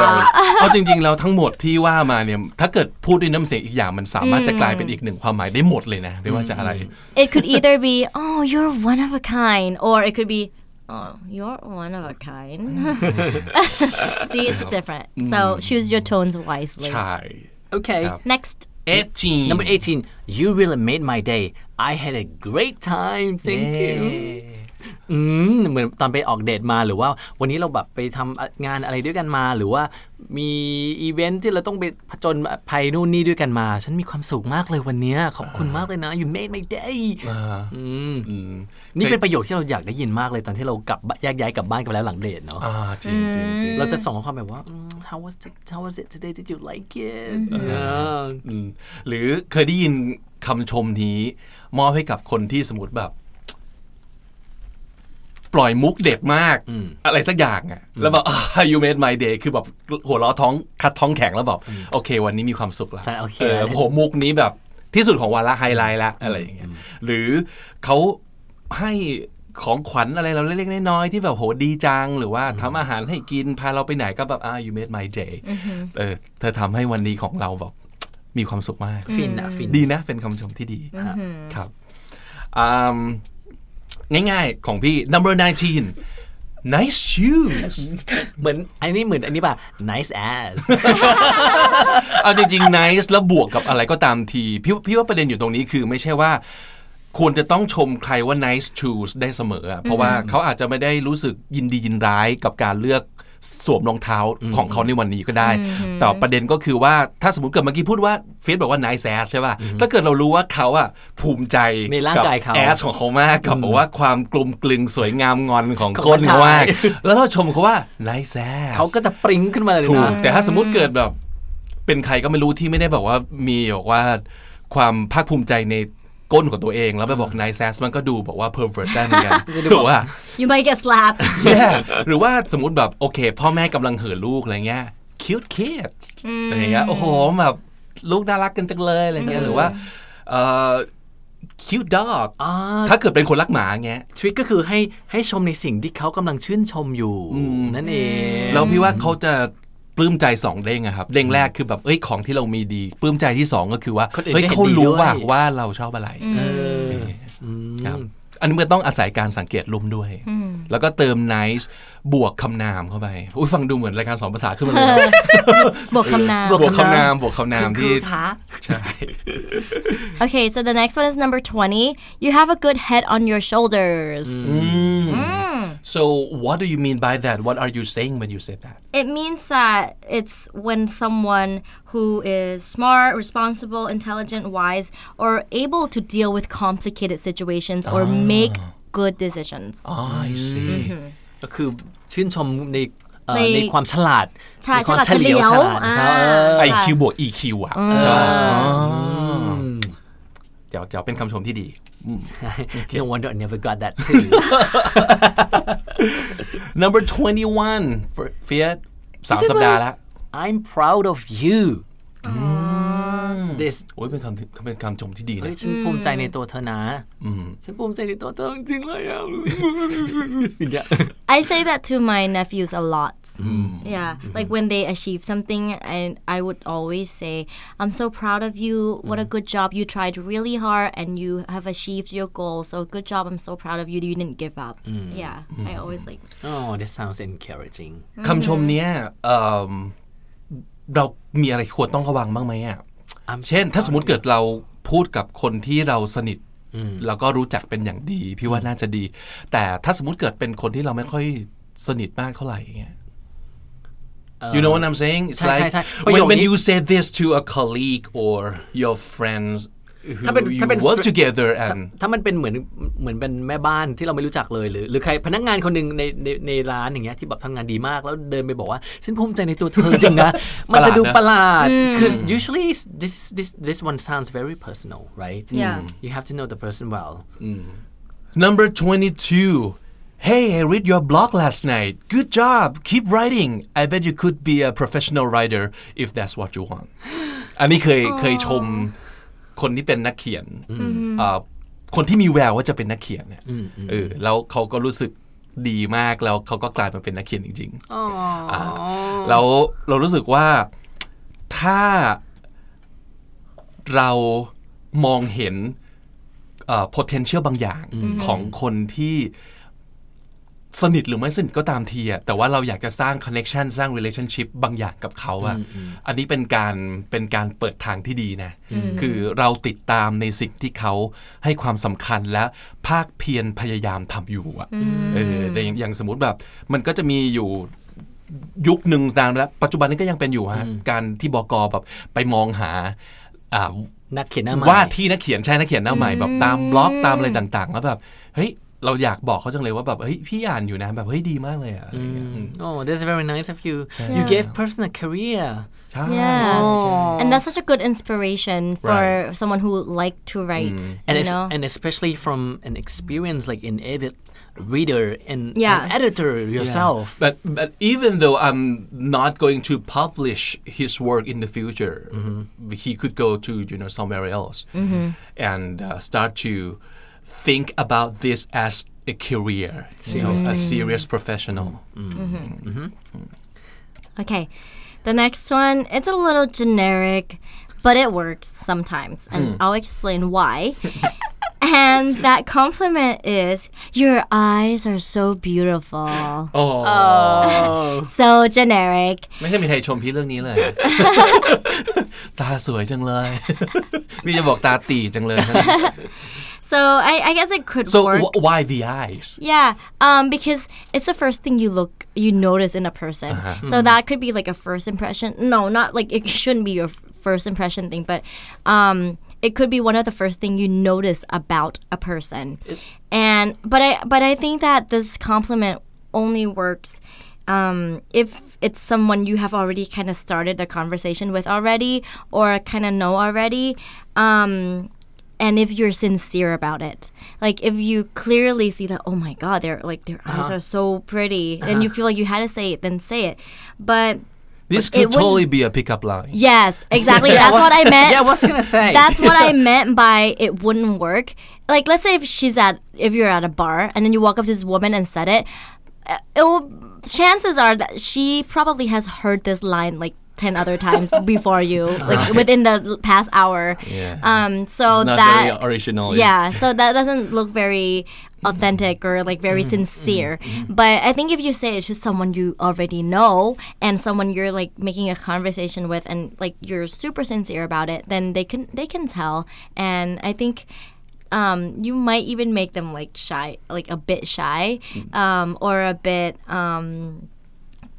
เอาจริงๆแล้วทั้งหมดที่ว่ามาเนี่ย ถ้าเกิดพูดด้วยน้ำเสียงอีกอย่างมันสามารถจะกลายเป็นอีกหนึ่งความหมายได้หมดเลยนะ ไม่ว่าจะอะไร
it could either be oh you're one of a kind or it could be oh you're one of a kind see it's different so choose your tones wisely
ใช่
Okay
next
eighteen
number 18 you really made my day I had a great time thank you อืมเหมือนตอนไปออกเดทมาหรือว่าวันนี้เราแบบไปทำงานอะไรด้วยกันมา หรือว่ามีอีเวนท์ที่เราต้องไปผจญภัยนู่นนี่ด้วยกันมา ฉันมีความสุขมากเลยวันเนี้ยขอบคุณมากเลยนะ you made my day อืมนี่เป็นประโยคที่เราอยากได้ยินมากเลยตอนที่เรากลับบ้านแยกย้ายกลับบ้านกันไปแล้วหลังเดทเนาะ
อ่าจริงจริงจริง
เราจะส่งข้อความแบบว่าอืม how was it how was it today did you like it เออ
อืมหรือเคยได้ยินคำชมนี้มอบให้กับคนที่สมมติแบบ ปล่อยมุกเด็ดมาก อะไรสักอย่างอะแล้วแบบ ah, you made my day คือแบบหัวเราะท้องคัดท้องแข็งแล้วแบบโอเค วันนี้มีความสุขละ
ใช่โอเค
เออโอ้โหมุกนี้แบบที่สุดของวาระไฮไลท์ละอะไรอย่างเงี้ยหรือเขาให้ของขวัญอะไรเราเล็กๆน้อยๆที่แบบโหดีจัง หรือว่าทำอาหารให้กินพาเราไปไหนก็แบบอ่า you made my day เออเธอทำให้วันนี้ของเราแบบ มีความสุขมาก
ฟินอะฟิน
ดีนะเป็นคำชมที่ดีครับอืมง่ายๆของพี่ number 19 nice shoes
เหมือนอันนี้เหมือนอันนี้ป่ะ nice ass
เอาจริงๆ nice แล้วบวกกับอะไรก็ตามทีพี่พี่ว่าประเด็นอยู่ตรงนี้คือไม่ใช่ว่า ควรจะต้องชมใครว่า nice shoes ได้เสมออะเพราะว่าเขาอาจจะไม่ได้รู้สึกยินดียินร้ายกับการเลือก สวมรองเท้าของเขาในวันนี้ก็ได้ แต่ประเด็นก็คือว่าถ้าสมมติเกิดเมื่อกี้พูดว่าเฟซบอกว่านายแซสใช่ป่ะถ้าเกิดเรารู้ว่าเขาอะภูมิใจ
ในร่างกายเขา
แอสของเขามากกับบอกว่าความกลมกลึงสวยงามงอนของ
ของ
ก้นเขามาก
ร่างกาย
แล้วเราชมเขาว่านายแซส
เขาก็จะปริ้งขึ้นมาเลย
ถูก
นะ
แต่ถ้าสมมติเกิดแบบ เป็นใครก็ไม่รู้ที่ไม่ได้แบบว่ามีบอกว่าความภาคภูมิใจในก้นของตัวเอง แล้วไปบอกนายแซสมันก็ดูบอกว่า pervert ได้เหมือนกัน
จะดู
หรือว่า
you might get slapped
yeah หรือว่าสมมติแบบโอเค พ่อแม่กำลังเห่อลูกอะไรเงี้ย cute kids อะไรเงี้ยโอ้โหแบบลูกน่ารักกันจังเลยอะไรเงี้ยหรือว่าเอ่อ cute dog
อ่า
ถ้าเกิดเป็นคนรักหมาเงี้ย
ทริคก็คือให้ให้ชมในสิ่งที่เขากำลังชื่นชมอยู่ นั่นเอง
แล้วพี่ว่าเขาจะปลื้มใจสองเด้งอะครับเด้งแรกคือแบบเอ้ยของที่เรามีดีปลื้มใจที่สองก็คือว่าเฮ้ยเขารู้ว่าว่าเราชอบอะไร
เอออืม
ครับอันนี้มันต้องอาศัยการสังเกตร่วมด้วย แล้วก็เติม nice บวกคำนามเข้าไปอุ้ยฟังดูเหมือนรายการสอนภาษาขึ้นมาเลยนะ
บวกคำนาม
บวกคำนามบวกคำนามที่
Okay, so the next one is number 20. You have a good head on your shoulders.
Mm.
Hmm.
so what do you mean by that what are you saying when you say that
It means that it's when someone who is smart, responsible, intelligent, wise, or able to deal with complicated situations or make good decisions.
oh I see
ก็คือชื่นชมในเอ่อ
ใน
ในความฉลาด
ใช่
ในควา
ฉ
ม
ลาดเฉลียว
ฉลาดของเขา
อ่า
เออ
IQ บวก EQ อะใช่ไหมอ๋ออเดี๋ยวเดี๋ยวเป็นคำชมที่ดี
No wonder I never got that too
number 21 for เฟียสสามสัปดาห์ละ
I'm proud of you this
โอ้ยเป็นคำที่เป็นคำชมที่ดี
เฮ้ย
นะ
ฉันภูมิใจในตัวเธอนะฉันภูมิใจในตัวเธอจริงๆเลยอ่ะ
I say that to my nephews a lot. Yeah, like when they achieve something, and I would always say, "I'm so proud of you. What a good job! You tried really hard, and you have achieved your goal. So good job! I'm so proud of you. You didn't give up." Yeah, I always like.
Oh this sounds encouraging
คำชมเนี้ยเอิ่มเรามีอะไรควรต้องระวังบ้างไหมอ่ะ
I'm
เช่น ถ้าสมมติเกิดเราพูดกับคนที่เราสนิท แล้วก็รู้จักเป็นอย่างดี พี่ว่าน่าจะดี แต่ถ้าสมมติเกิดเป็นคนที่เราไม่ค่อยสนิทมากเท่าไหร่อย่างเงี้ย you know what I'm saying it's
ใช่ใช่
like
ใช่ประโย
when
คนี้
when you say this to a colleague or your friends who
ถ้าเป็น
you
ถ้าเป็น
work together and
ถ้ามันเป็นเหมือนเหมือนเป็นแม่บ้านที่เราไม่รู้จักเลยหรือหรือใครพนักงานคนหนึ่งในในในร้านอย่างเงี้ยที่แบบทำงานดีมากแล้วเดินไปบอกว่าฉันภูมิใจในตัวเธอจริงนะ มันจะดู ประหลาดคือ usually this this this one sounds very personal right
Yeah.
you have to know the person well
Number 22. Hey, I read your blog last night. Good job. Keep writing. I bet you could be a professional writer if that's what you want. อันนี้เคยเคยชมคนที่เป็นนักเขียนเอ่อคนที่มีแววว่าจะเป็นนักเขียนเนี่ยเออแล้วเขาก็รู้สึกดีมากแล้วเขาก็กลายมาเป็นนักเขียนจริงๆาแล้วเรารู้สึกว่าถ้าเรามองเห็น เอ่อ potential บางอย่างของคนที่สนิทหรือไม่สนิทก็ตามทีอะแต่ว่าเราอยากจะสร้าง connection สร้าง relationship บางอย่างกับเขาอะอันนี้เป็นการเป็นการเปิดทางที่ดีนะ คือเราติดตามในสิ่งที่เขาให้ความสำคัญและภาคเพียรพยายามทำอยู่อะเออแต่อย่างอย่างสมมติแบบ มันก็จะมีอยู่ ยุคหนึ่งนานแล้ว ปัจจุบันนี้ก็ยังเป็นอยู่ฮะการที่บกแบบไปมองหาอ่า
นักเขียนหน้าใหม่
ว่าที่นักเขียนใช่นักเขียนหน้าใหม่แบบตามบล็อกตามอะไรต่างๆ แล้วแบบเฮ้ยเราอยากบอกเขาจังเลยว่าแบบเฮ้ยพี่อ่านอยู่นะแบบเฮ้ยดีมากเลยอะอะไรอย่างเงี้ยอืม
Oh that's very nice of you you gave person a career
ใช่
Yeah.
ใช่ใช่
And that's such a good inspiration for
Right.
someone who would like to write.
and
you
es-
know?
and especially from an experience like an avid reader and
Yeah.
an editor yourself
but but even though I'm not going to publish his work in the future he could go to you know somewhere else and uh, start to think about this as a career you know, a serious professional
Okay. The next one, it's a little generic, but it works sometimes.
Hmm.
And I'll explain why. and that compliment is your eyes are so beautiful.
โอ้
So generic.
ไม่เคยมีใครชมพี่เรื่องนี้เลย ตาสวยจังเลย มีจะบอกตาตีจังเลย
So I, I guess it could
so
work.
wh- why the eyes
Yeah, um, because it's the first thing you look, you notice in a person. So that could be like a first impression. No, not like it shouldn't be your f- first impression thing, but um, it could be one of the first thing you notice about a person. And but I but I think that this compliment only works um, if it's someone you have already kind of started a conversation with already or kind of know already. Um, and if you're sincere about it like if you clearly see that oh my god they're like their eyes are so pretty and you feel like you had to say it then say it but
this
it
could
wouldn't-
totally be a pickup line
yes exactly that's what i meant
Yeah, what's gonna say?
that's what i meant by it wouldn't work like let's say if she's at if you're at a bar and then you walk up to this woman and said it uh, it will, chances are that she probably has heard this line like 10 other times before you like within the l- past hour
Yeah.
um so
not
that
very original
yeah, so that doesn't look very authentic or like very
Mm-hmm.
sincere. But I think if you say it to someone you already know and someone you're like making a conversation with and like you're super sincere about it, then they can they can tell. And I think um, you might even make them like shy, like a bit shy,
Mm.
um, or a bit um,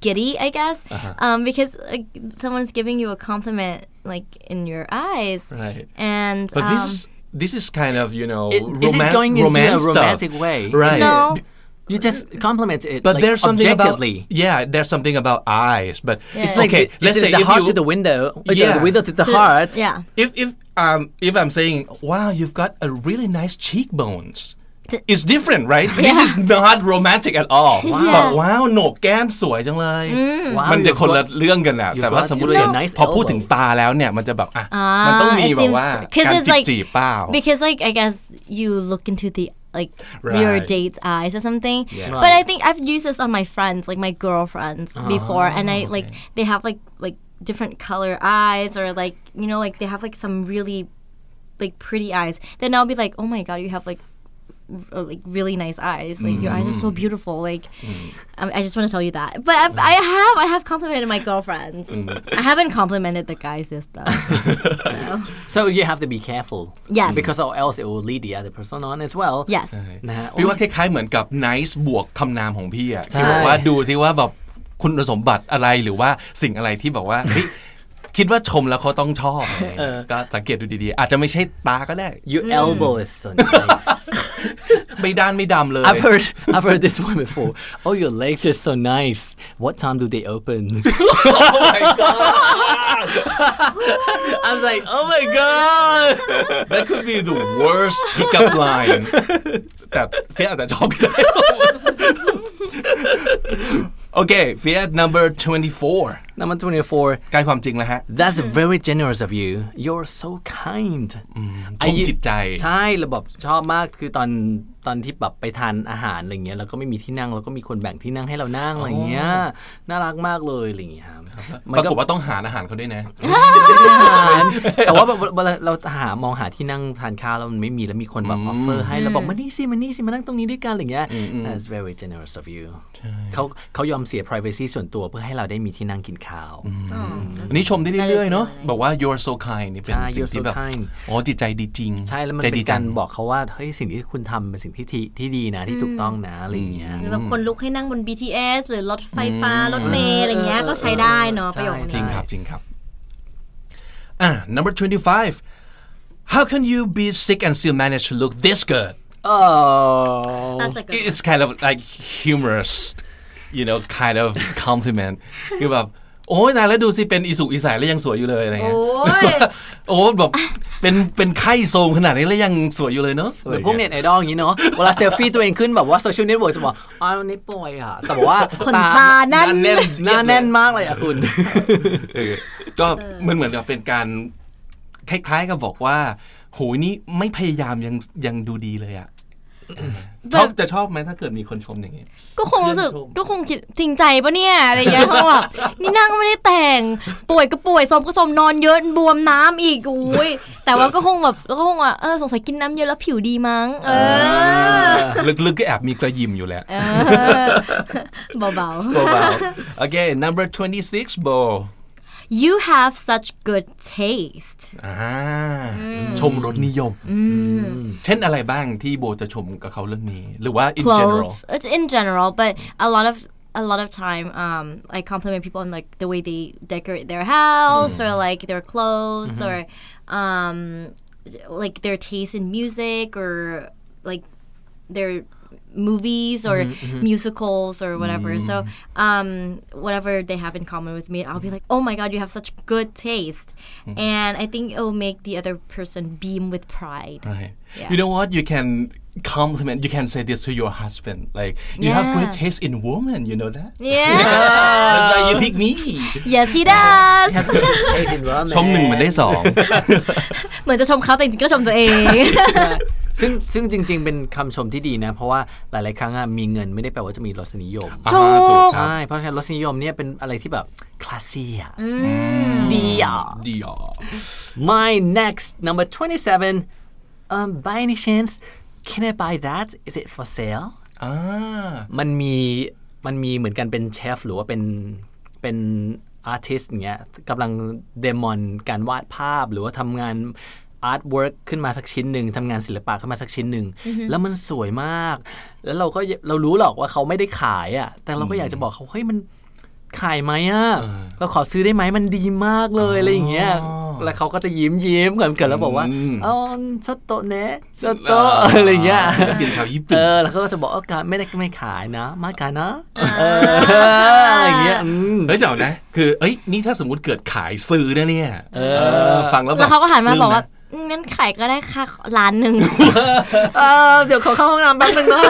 giddy, I guess,
Uh-huh.
um, because like someone's giving you a compliment like in your eyes,
right
and
but this
um,
is this is kind of you know
It- is it
roman-
going into
romance
a
stuff.
romantic way?
right
No.
B-
you just compliment it.
but
like,
there's something about
objectively.
yeah there's something about eyes but
It's
It's like
okay
the- it's
let's say
the
if
heart
you
to the window, uh,
Yeah.
the window to the heart.
yeah.
if if um if I'm saying wow you've got a really nice cheekbones it's different right this is not romantic at all
Yeah.
บอกว้าวโหนกแก้มสวยจังเลย
Wow,
มันจะ
you've
คนละ
got-
เรื่องกันนะแต่ว่าสมมติ
really nice
พอพูด
elbows
ถึงตาแล้วเนี่ย มันจะแบบอ่ะ
Ah,
มันต้องมี
it
แบบว่า
seems- 'cause
การ
it's
จีบ
like-
จีบเปล่า
because like i guess you look into the like your
Right.
date's eyes or something
Yeah. Ah,
but i
Right.
think i've used this on my friends like my girlfriends before and i like they have like like different color eyes or like you know like they have like some really like pretty eyes then i'll be like oh my god you have like r- like really nice eyes like your eyes are
Mm.
so beautiful like um, I, I just want to tell you that but I've, i have i have complimented my girlfriends
Mm.
i haven't complimented the guys this stuff
So you have to be careful.
Yes.
Because or else it will lead the other person on as well.
yes
นะฮะ
พี่ว่าคล้ายๆเหมือนกับ nice บวกคำนามของพี่อ่ะ
ใช่
ที่บอกว่าดูซิว่าแบบคุณสมบัติอะไรหรือว่าสิ่งอะไรที่แบบว่าเฮ้ยคิดว่าชมแล้วเขาต้องชอบอะไรเงี้ยก็สังเกตดูดีๆ อาจจะไม่ใช่ตาก็ได้
Your
Mm.
elbow is so nice.
ไม่ด้านไม่ดำเลย
I've heard I've heard this one before. Oh, your legs are so nice. What time do they open?
I was like, oh my god, that could be the worst pickup line. แต่เฟียอาจจะชอบก็ได้ Okay, Fiat number 24
Number twenty-four.
ใกล้ความจริงแล้วฮะ
That's very generous of you. You're so kind.
ชมจิตใจ
ใช่ระบบชอบมากคือตอนตอนที่แบบไปทานอาหารอะไรเงี้ยแล้วก็ไม่มีที่นั่งแล้วก็มีคนแบ่งที่นั่งให้เรานั่งอะไรเงี้ยน่ารักมากเลยอะไรเงี้ยครับมั
ปรากฏว่าต้องหารอาหารเขาด้วยนะ
เป็นอาหาร แต่ว่าแบบ เวลาเราหามองหาที่นั่งทานข้าวแล้วมันไม่มีแล้วมีคนแบบออฟเฟอร์ให้เราบอกมานี่สิมานี่สิมานั่งตรงนี้ด้วยกันอะไรเงี้ย That's very generous of you เขาเขายอมเสีย privacy ส่วนตัวเพื่อให้เราได้มีที่นั่งกินข้าว
อันนี้ชมได้เรื่อยๆ เนาะ
That is nice.
บอกว่า you're so kind นี่เป็น
ใช่
สิ่ง
you're
ที่
so
แบบ
kind
อ๋อจิตใจดีจริง
ใช่แล้วมัน
ใจ
เป็
ดี
น
จั
กาง รบอกเขาว่าเฮ้ยสิ่งที่คุณทำเป็นสิ่งที่ที่ที่ดีนะที่ถูกต้องนะอะไรเงี้ย
หรือแบบคนลุกให้นั่งบน BTS หรือรถไฟฟ้า รถเมล์อะไรเงี้ย
เออ
ก็ใช้ได้เนาะ
ใช่
ประโยค
จริ
เนี้
ง
ย
ครับจริงครับอ่า number 25 how can you be sick and still manage to look this good
อ๋อ
That's a good one.
it's kind of like humorous you know kind of compliment คือแบบโอ้ยนายแล้วดูสิ เป็นอีสุอีสายแล้วยังสวยอยู่เลยอะไรเงี้ย
โอ้ย
โอ้ยแบบเป็นเป็นไข้โซมขนาดนี้แล้วยังสวยอยู่เลยเนาะ
เหมือนพวกเน็ตไอดอลอย่างนี้เนาะ เวลาเซลฟี่ตัวเองขึ้นแบบว่าโซเชียลเน็ตเวิร์กจะบอกอ้าววันนี่ป่วยอ่ะ แต่ว่า
ขนตาแน่น
หาแน่นหน้าแน่นมากเลยอ่ะคุณ
เออก็มันเหมือนกับเป็นการ คล้ายๆกับบอกว่าโหยนี่ไม่พยายามยังยังดูดีเลยอะชอบจะชอบไหมถ้าเกิดมีคนชมอย่างนี้
ก็คงรู้สึกก็คงคิดจริงใจปะเนี่ยอะไรเงี้ยเขาบอก นี่นั่งก็ไม่ได้แต่ง ป่วยก็ป่วยสมก็สมนอนเยอะบวมน้ำอีกอุ้ยแต่ว่าก็คงแบบก็คงว่าเออสงสัยกินน้ำเยอะแล้วผิวดีมั้ง เออ
ลึกๆก็แอบมีกระยิมอยู่แหละ
เออเบา
Go out. Okay, number 26, Bo.
you have such good taste
อ่าชมรสนิยม เช่นอะไรบ้างที่โบจะชมกับเขาเรื่องนี้ หรือว่า in general
clothes. It's in general, but a lot of a lot of time, um, I compliment people on like the way they decorate their house or like their clothes or um, like their taste in music or like their movies or musicals or whatever. So um, whatever they have in common with me, I'll be like, oh my god, you have such good taste, and I think it will make the other person beam with pride.
Right.
Yeah.
You know what? You can compliment. You can say this to your husband. Like you have great
Yeah.
taste in women. You know that.
Yeah.
That's why you pick me.
yes, he does.
ชมหนึ่งมันได้สอง
เหมือนจะชมเขาแต่จริงๆก็ชมตัวเอง
ซึ่งซึ่งจริง ๆ เป็นคำชมที่ดีนะ เพราะว่าหลาย ๆ ครั้งอะมีเงินไม่ได้แปลว่าจะมีรสนิยม
ถูก
ใช่เพราะฉะนั้นรสนิยมเนี่ยเป็นอะไรที่แบบคลาสซี่อะดีอะ
ดีอ่ะ
My next number 27 um by any chance can I buy that is it for sale
อ่า
มันมีมันมีเหมือนกันเป็นเชฟหรือว่าเป็นเป็นอาร์ติสเงี้ยกำลังเดมอนการวาดภาพหรือว่าทำงานอาร์ตเวิร์กขึ้นมาสักชิ้นหนึ่งทำงานศิลปะขึ้นมาสักชิ้นหนึ่ง แล้วมันสวยมาก แล้วเราก็เรารู้หรอกว่าเขาไม่ได้ขายอะ่ะแต่เราก็อยากจะบอกเขาเฮ้ยมันขายไหมอะ่ะเราขอซื้อได้ไหมมันดีมากเลยอะไรอย่างเงี้ย
อ๋อ
แล้วเขาก็จะยิ้มยิ้มเกินเกินแล้วบอกว่าอ๋อชดโตะเนะชดโตะอะไรอย่างเงี้ย
ศิลปินชาวญี่ปุ่น
เออแล้วเขาก็จะบอกว่าการไม่ได้ไม่ขายนะ มาขายนะเอออะไรอย่างเงี้ยอืม
เฮ้ยเจ๋วนะ คือเอ้ยนี่ถ้าสมมติเกิดขายซื้อนะเนี่ยเออฟังแล้วบบ
แล้วเขาก็หันมาบอกว่า
เรื่ง
อืมงั้นขายก็ได้ค่ะร้านหนึ่ง
เออเดี๋ยวขอเข้าห้องน้ำแป๊บนึงนะ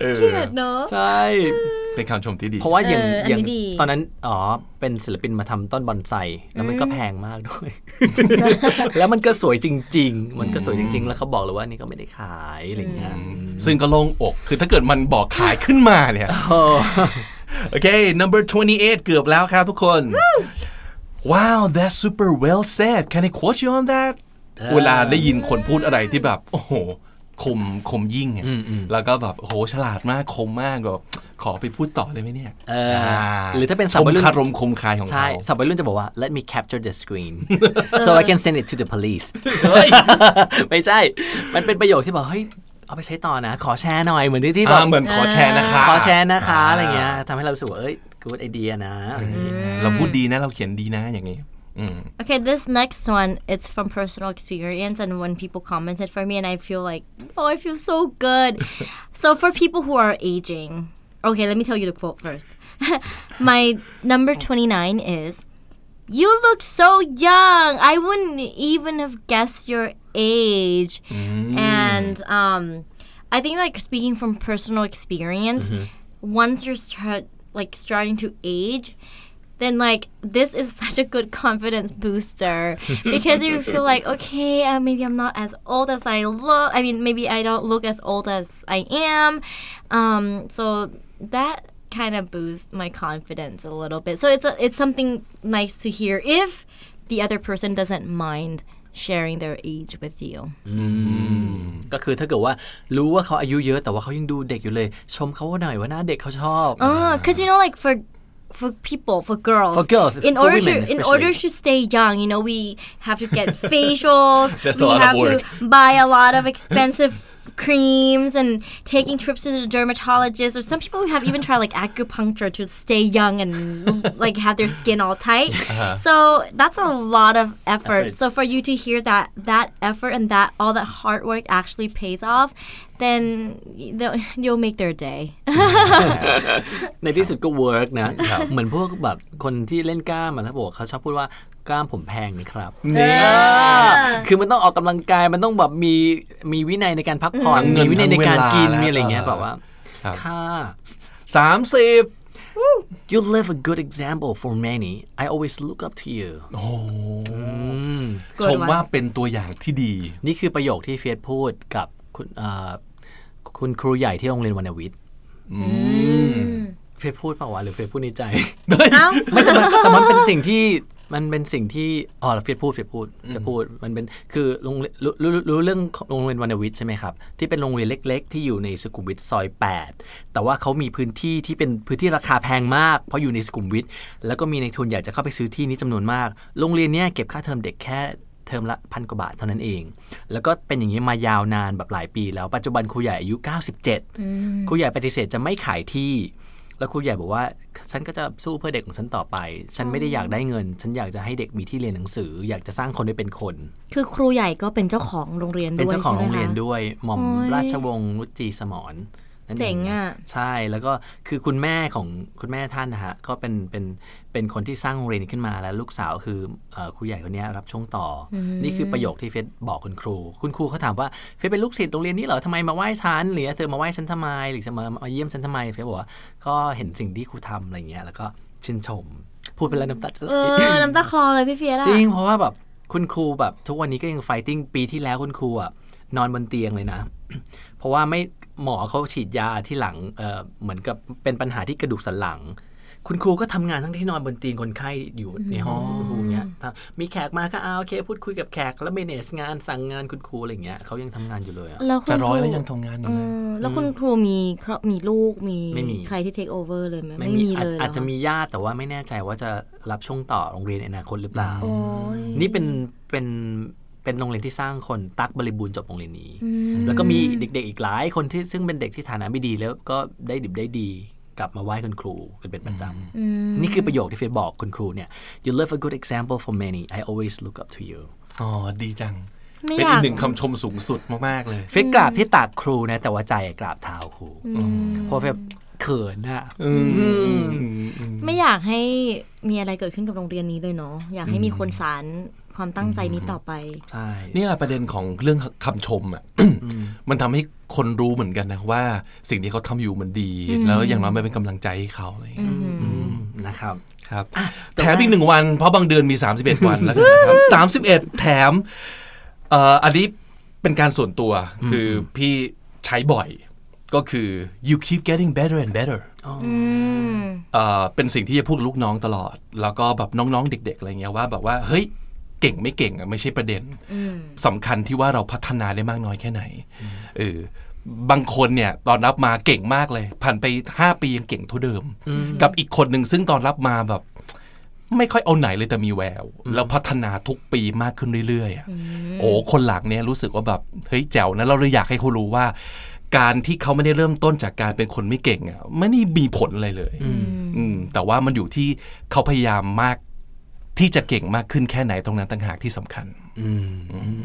เออ
เครียดเนอะ
ใช่
เป็นคำชมที่ดี
เพราะว่าอย่าง
เอออันนี้
อย่าง
ดี
ตอนนั้นอ๋อเป็นศิลปินมาทำต้นบอนไซแล้วมันก็แพงมาก ด้วย แล้วมันก็สวยจริง ๆ มันก็สวยจริง ๆ แล้วเขาบอกเลยว่านี่ก็ไม่ได้ขายอะไรอย่างเงี้ย
ซึ่งก็โล่งอก คือถ้าเกิดมันบอกขายขึ้นมาเนี่ย โอเค number 28 เกือบแล้วครับทุกคน wow that's super well said can I quote you on that เวลาได้ยินคนพูดอะไรที่แบบ โอ้โห คมคมยิ่งอะแล้วก็แบบโอ้โห ฉลาดมากคมมากแบบขอไปพูดต่อเลยไหมเนี่ย
เอออ่
า
หรือถ้าเป็น
ช
สาววั
ม
ยรุ่น
คารมคมคายของ
ใช่
เขา
สับวัยรุ่นจะบอกว่า let me capture the screen so I can send it to the police ไม่ใช่ มันเป็นประโยคที่บอกเฮ้ยเอาไปใช้ต่อนะ ขอแชร์หน่อยเหมือนที่ที่บอ
อ่าก เหมือนขอแชร์นะคะ
ขอแชร์นะคะ
า
อะไรเงี้ยทำให้เรารู้สึกว่าเอ้ย good idea นะอะไรเงี้ย
เราพูดดีนะ เราเขียนดีนะอย่างนี้อืม
Okay, this next one it's from personal experience and when people commented for me and I feel like oh I feel so good. so for people who are aging, okay, let me tell you the quote first. My number 29 is you look so young. I wouldn't even have guessed your age. And um I think like speaking from personal experience, once you're start like starting to age, then like this is such a good confidence booster because you feel like okay uh, maybe i'm not as old as i look i mean maybe i don't look as old as i am um, so that kind of boosts my confidence a little bit so it's a, it's something nice to hear if the other person doesn't mind sharing their age with you
ก็คือถ้าเกิดว่ารู้ว่าเขาอายุเยอะแต่ว่าเขายังดูเด็กอยู่เลย ชมเขาว่าหน่อยว่าหน้าเด็กเขาชอบ
because Uh, you know like for for people for girls
For girls,
in
for
order
women
to in order
especially.
to stay young you know we have to get facials
That's a
we
lot of
have
work.
to buy a lot of expensive creams and taking trips to the dermatologist or some people have even tried like acupuncture to stay young and like have their skin all tight so that's a lot of effort
Effort.
so for you to hear that that effort and that all that hard work actually pays off then they'll- you'll make their day
ในที่สุดก็เวิร์กนะ เหมือนพวกแบบคนที่เล่นกล้ามอะแล้วบอกเขาชอบพูดว่ากล้ามผมแพงนี่ครับ
นี่
คือมันต้องออกกำลังกายมันต้องแบบมีมีวินัยในการพักผ่อน
ทั้งเงิน
มีวินัยในการ
ทั้งเวลา
กิน
และ
มีอะไรอย่างเงี้ย
เออ
แบบว่า
ครับ
ค่ะ
สามสิบ
you live a good example for many I always look up to you
ช
Good
ม
one.
ว่าเป็นตัวอย่างที่ดี
นี่คือประโยคที่เฟียสพูดกับคุณเอ่อคุณครูใหญ่ที่โรงเรียนวรรณวิทย์ เฟียสพูดเปล่าวะหรือเฟียสพูดในใจ
เอ้า
ไม่แต่มันแต่มันเป็นสิ่งที่ มันเป็นสิ่งที่อ๋อเฟียดพูดเฟียดพูดเฟียดพูดมันเป็นคือโรงเรียนรู้รู้รู้เรื่องของโรงเรียนวรรณวิทย์ใช่ไหมครับที่เป็นโรงเรียนเล็ก ๆ ที่อยู่ในสุขุมวิทซอย 8 แต่ว่าเขามีพื้นที่ที่เป็นพื้นที่ราคาแพงมาก เพราะอยู่ในสุขุมวิทแล้วก็มีในายทุนอยากจะเข้าไปซื้อที่นี้จำนวนมาก โรงเรียนเนี้ยเก็บค่าเทอมเด็กแค่เทอมละพันกว่าบาทเท่านั้นเอง แล้วก็เป็นอย่างนี้มายาวนานแบบหลายปีแล้วปัจจุบันครูใหญ่อายุ 97ครูใหญ่ปฏิเสธจะไม่ขายที่ แล้วครูใหญ่บอกว่า ฉันก็จะสู้เพื่อเด็กของฉันต่อไป ฉันไม่ได้อยากได้เงิน ฉันอยากจะให้เด็กมีที่เรียนหนังสือ อยากจะสร้างคนให้เป็นคน
คือครูใหญ่ก็เป็นเจ้าของโรงเรียนด้วย
เป็นเจ้าของโร
ใช่ไหม
ง
คะ
เรียนด้วยหม่อม
โอ้ย
ราชวงศ์รุจีสมรนั่น
เจ๋ง
น
อะ
ใช่แล้วก็คือคุณแม่ของคุณแม่ท่านนะฮะก็เป็นเป็นเป็นคนที่สร้างโรงเรียนนี้ขึ้นมาแล้วลูกสาวคือเอ่อครูใหญ่คนเนี้ยรับช่วงต่ออนี่คือประโยคที่เฟซบอกคุณครู คุณครูเขาถามว่าเฟซเป็นลูกศิษย์โรงเรียนนี้เหรอทำไมมาไหว้ฉันหรือเธอมาไหว้ฉันทำไมหรือเธอมามาเยี่ยมฉันทำไมเฟซบอกว่าก็เห็นสิ่งที่ครูทำอะไรเงี้ยแล้วก็ชื่นชม พูดไปแล้วน้ำตาจะไหล
เออ น้ำตาคลอเลยพี่เฟียสอะ
จริงเพราะว่าแบบคุณครูแบบทุกวันนี้ก็ยังไฟติ้งปีที่แล้วคุณครูอ่ะนอนบนเตียงเลยนะ เพราะว่าไม่หมอเขาฉีดยาที่หลังเอ่อเหมือนกับเป็นปัญหาที่กระดูกสันหลัง คุณครูก็ทำงานทั้งที่นอนบนเตียงคนไข้อยู่ในห้องคุณครูเนี้ยถ้ามีแขกมาก็เอาโอเคพูดคุยกับแขกแล้วเมเนจงานสั่งงานคุณครูอะไรอย่างเงี้ยเขายังทำงานอยู่เลยอ่ะ
แล้วคุณ
จะร้อย
ค
แล้วยังทำงานอยู่
เอ
เลย
อแล้วคุณครูมีครอบมีลูกมี
ไม่มี
ใครที่เทคโอเวอร์เลยไหม
ไม่มีอาจ
เลยเหร
อาจจะมีญาติแต่ว่าไม่แน่ใจว่าจะรับช่วงต่อโรงเรียนในอนาคตหรือเปล่า
โอ้ย
นี่เป็นเป็นเป็นโรงเรียนที่สร้างคนตักบริบูรณ์จบโรงเรียนนี้ แล้วก็มีเด็กๆอีกหลายคนที่ซึ่งเป็นเด็กที่ฐานะไม่ดีแล้วก็ได้ดิบได้ดีกลับมาไหว้คุณครูกันเป็นประจ
อืม
ำนี่คือประโยคที่เฟยบอกคุณครูเนี่ย you left a good example for many I always look up to you
อ๋อดีจัง
ไม่
เป็น
อ
อี
ยาก
กหนึ่งคำชมสูงสุดมาก ๆ เลย
เฟยกราบที่ตักครูนะแต่ว่าใจกราบเท้าครูเพราะเฟยเขินอะ
ไม่อยากให้มีอะไรเกิดขึ้นกับโรงเรียนนี้เลยเนาะอยากให้มีคนสารความตั้งใจนี้ต่อไป
ใช่
นี่แหละประเด็นของเรื่องคำชมอ่ะ มันทำให้คนรู้เหมือนกันนะว่าสิ่งที่เขาทำอยู่มันดี แล้วอย่างน้อยมันเป็นกำลังใจให้เขาอะไรอย่างเงี้ย
อืมนะครับ
ครับแถมอีกหนึ่งวัน เพราะบางเดือนมี 31 วันแล้วกันนะครับ31 แถมเอ่ออันนี้เป็นการส่วนตัวคือพี่ใช้บ่อยก็คือ you keep getting better and better
อืม
เอ่อเป็นสิ่งที่จะพูดกับลูกน้องตลอด แล้วก็แบบน้องๆ เด็ก ๆ อะไรเงี้ยว่าแบบว่าเฮ้ยเก่งไม่เก่งอะไม่ใช่ประเด็นสำคัญที่ว่าเราพัฒนาได้มากน้อยแค่ไหนเออบางคนเนี่ยตอนรับมาเก่งมากเลย ผ่านไป 5 ปียังเก่งเท่าเดิม กับอีกคนหนึ่งซึ่งตอนรับมาแบบ ไม่ค่อยเอาไหนเลยแต่มีแวว แล้วพัฒนาทุกปีมากขึ้นเรื่อยๆอะโอ้คนหลังเนี่ยรู้สึกว่าแบบเฮ้ยแจ๋วนะเราเลยอยากให้เขารู้ว่า การที่เขาไม่ได้เริ่มต้นจากการเป็นคนไม่เก่งอ่ะไม่ได้มีผลอะไรเลย อืมแต่ว่ามันอยู่ที่เขาพยายามมากที่จะเก่งมากขึ้นแค่ไหนตรงนั้นต่างหากที่สำคัญ
อืม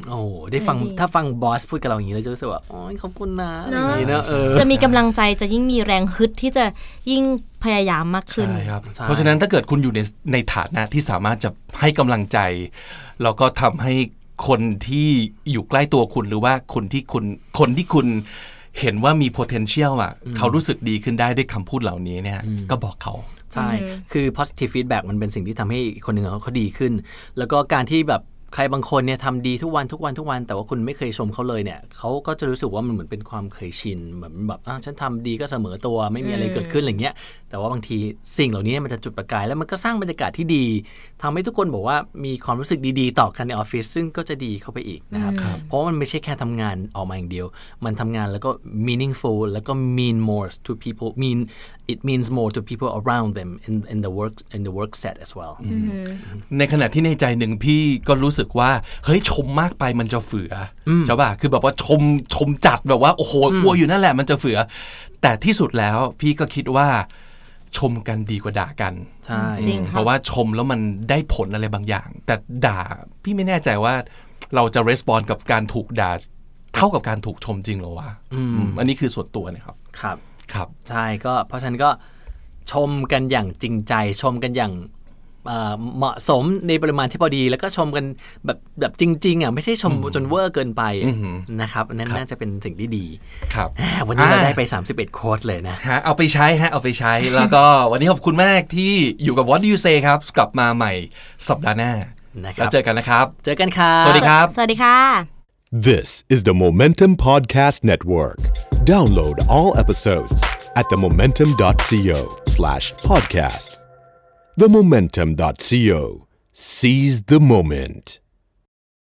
โอ้โหได้ฟังถ้าฟังบอสพูดกับเราอย่างนี้เราจะรู้สึกว่าโอ้ยขอบคุณนะอะไรอย่างงี้เนอะเออ
จะมีกำลังใจจะยิ่งมีแรงฮึดที่จะยิ่งพยายามมากขึ้น
ใช่ครับ
ใช่
เพราะฉะนั้นถ้าเกิดคุณอยู่ในในฐานะที่สามารถจะให้กำลังใจ แล้วก็ทำให้คนที่อยู่ใกล้ตัวคุณหรือว่าคนที่คุณคนที่คุณเห็นว่ามี potential อ่ะ เขารู้สึกดีขึ้นได้ด้วยคำพูดเหล่านี้เนี่ย ก็บอกเขา
ใช่ คือ positive feedback มันเป็นสิ่งที่ทำให้อีกคนหนึ่งเขาเขาดีขึ้น แล้วก็การที่แบบใครบางคนเนี่ยทำดีทุกวันทุกวันทุกวัน แต่ว่าคุณไม่เคยชมเขาเลยเนี่ย เขาก็จะรู้สึกว่ามันเหมือนเป็นความเคยชิน เหมือนแบบอ้าวฉันทำดีก็เสมอตัว ไม่มีอะไรเกิดขึ้นอะไรเงี้ย แต่ว่าบางทีสิ่งเหล่านี้มันจะจุดประกาย แล้วมันก็สร้างบรรยากาศที่ดีทำให้ทุกคนบอกว่ามีความรู้สึกดีๆ ต่อกันในออฟฟิศ ซึ่งก็จะดีเข้าไปอีกนะครับ เพราะว่ามันไม่ใช่แค่ทำงานออกมาอย่างเดียว มันทำงานแล้วก็ meaningful แล้วก็ mean more to people mean it means more to people around them in in the work in the work set as well
ในขณะที่ในใจหนึ่งพี่ก็รู้สึกว่า เฮ้ยชมมากไปมันจะเฟืออใช่ป่ะคือแบบว่าชมชมจัดแบบว่าโอ้โหกลัวอยู่นั่นแหละมันจะเฟือ แต่ที่สุดแล้วพี่ก็คิดว่า ชมกันดีกว่าด่ากัน
ใช่
จริง ค่ะ
เพราะว่าชมแล้วมันได้ผลอะไรบางอย่าง แต่ด่าพี่ไม่แน่ใจว่าเราจะรีสปอนกับการถูกด่าเท่ากับการถูกชมจริงเหรอวะอืมอันนี้คือส่วนตัวนะครับ
ครับ
ครับ
ใช่ก็เพราะฉะนั้นก็ชมกันอย่างจริงใจ ชมกันอย่างเอ่อเหมาะสมในปริมาณที่พอดี แล้วก็ชมกันแบบแบบจริงๆอ่ะไม่ใช่ชมจนเวอร์เกินไป
อือหือ
นะครับอันนั้นน่าจะเป็นสิ่งที่ดี
ครับ
แหมวันนี้เรา
อ่า
ได้ไป 31 โค้ดเลยนะ
ฮะเอาไปใช้ฮะเอาไปใช้ แล้วก็วันนี้ขอบคุณมากที่อยู่กับ What Do You Say ครับ กลับมาใหม่สัปดาห์หน้า
นะครับ
แล้วเจอกันนะครับ
เจอกันครับ
สวัสดีครับ
สวัสดีค่ะ
This is the Momentum Podcast Network. Download all episodes at themomentum.co slash podcast. Themomentum.co Seize the moment.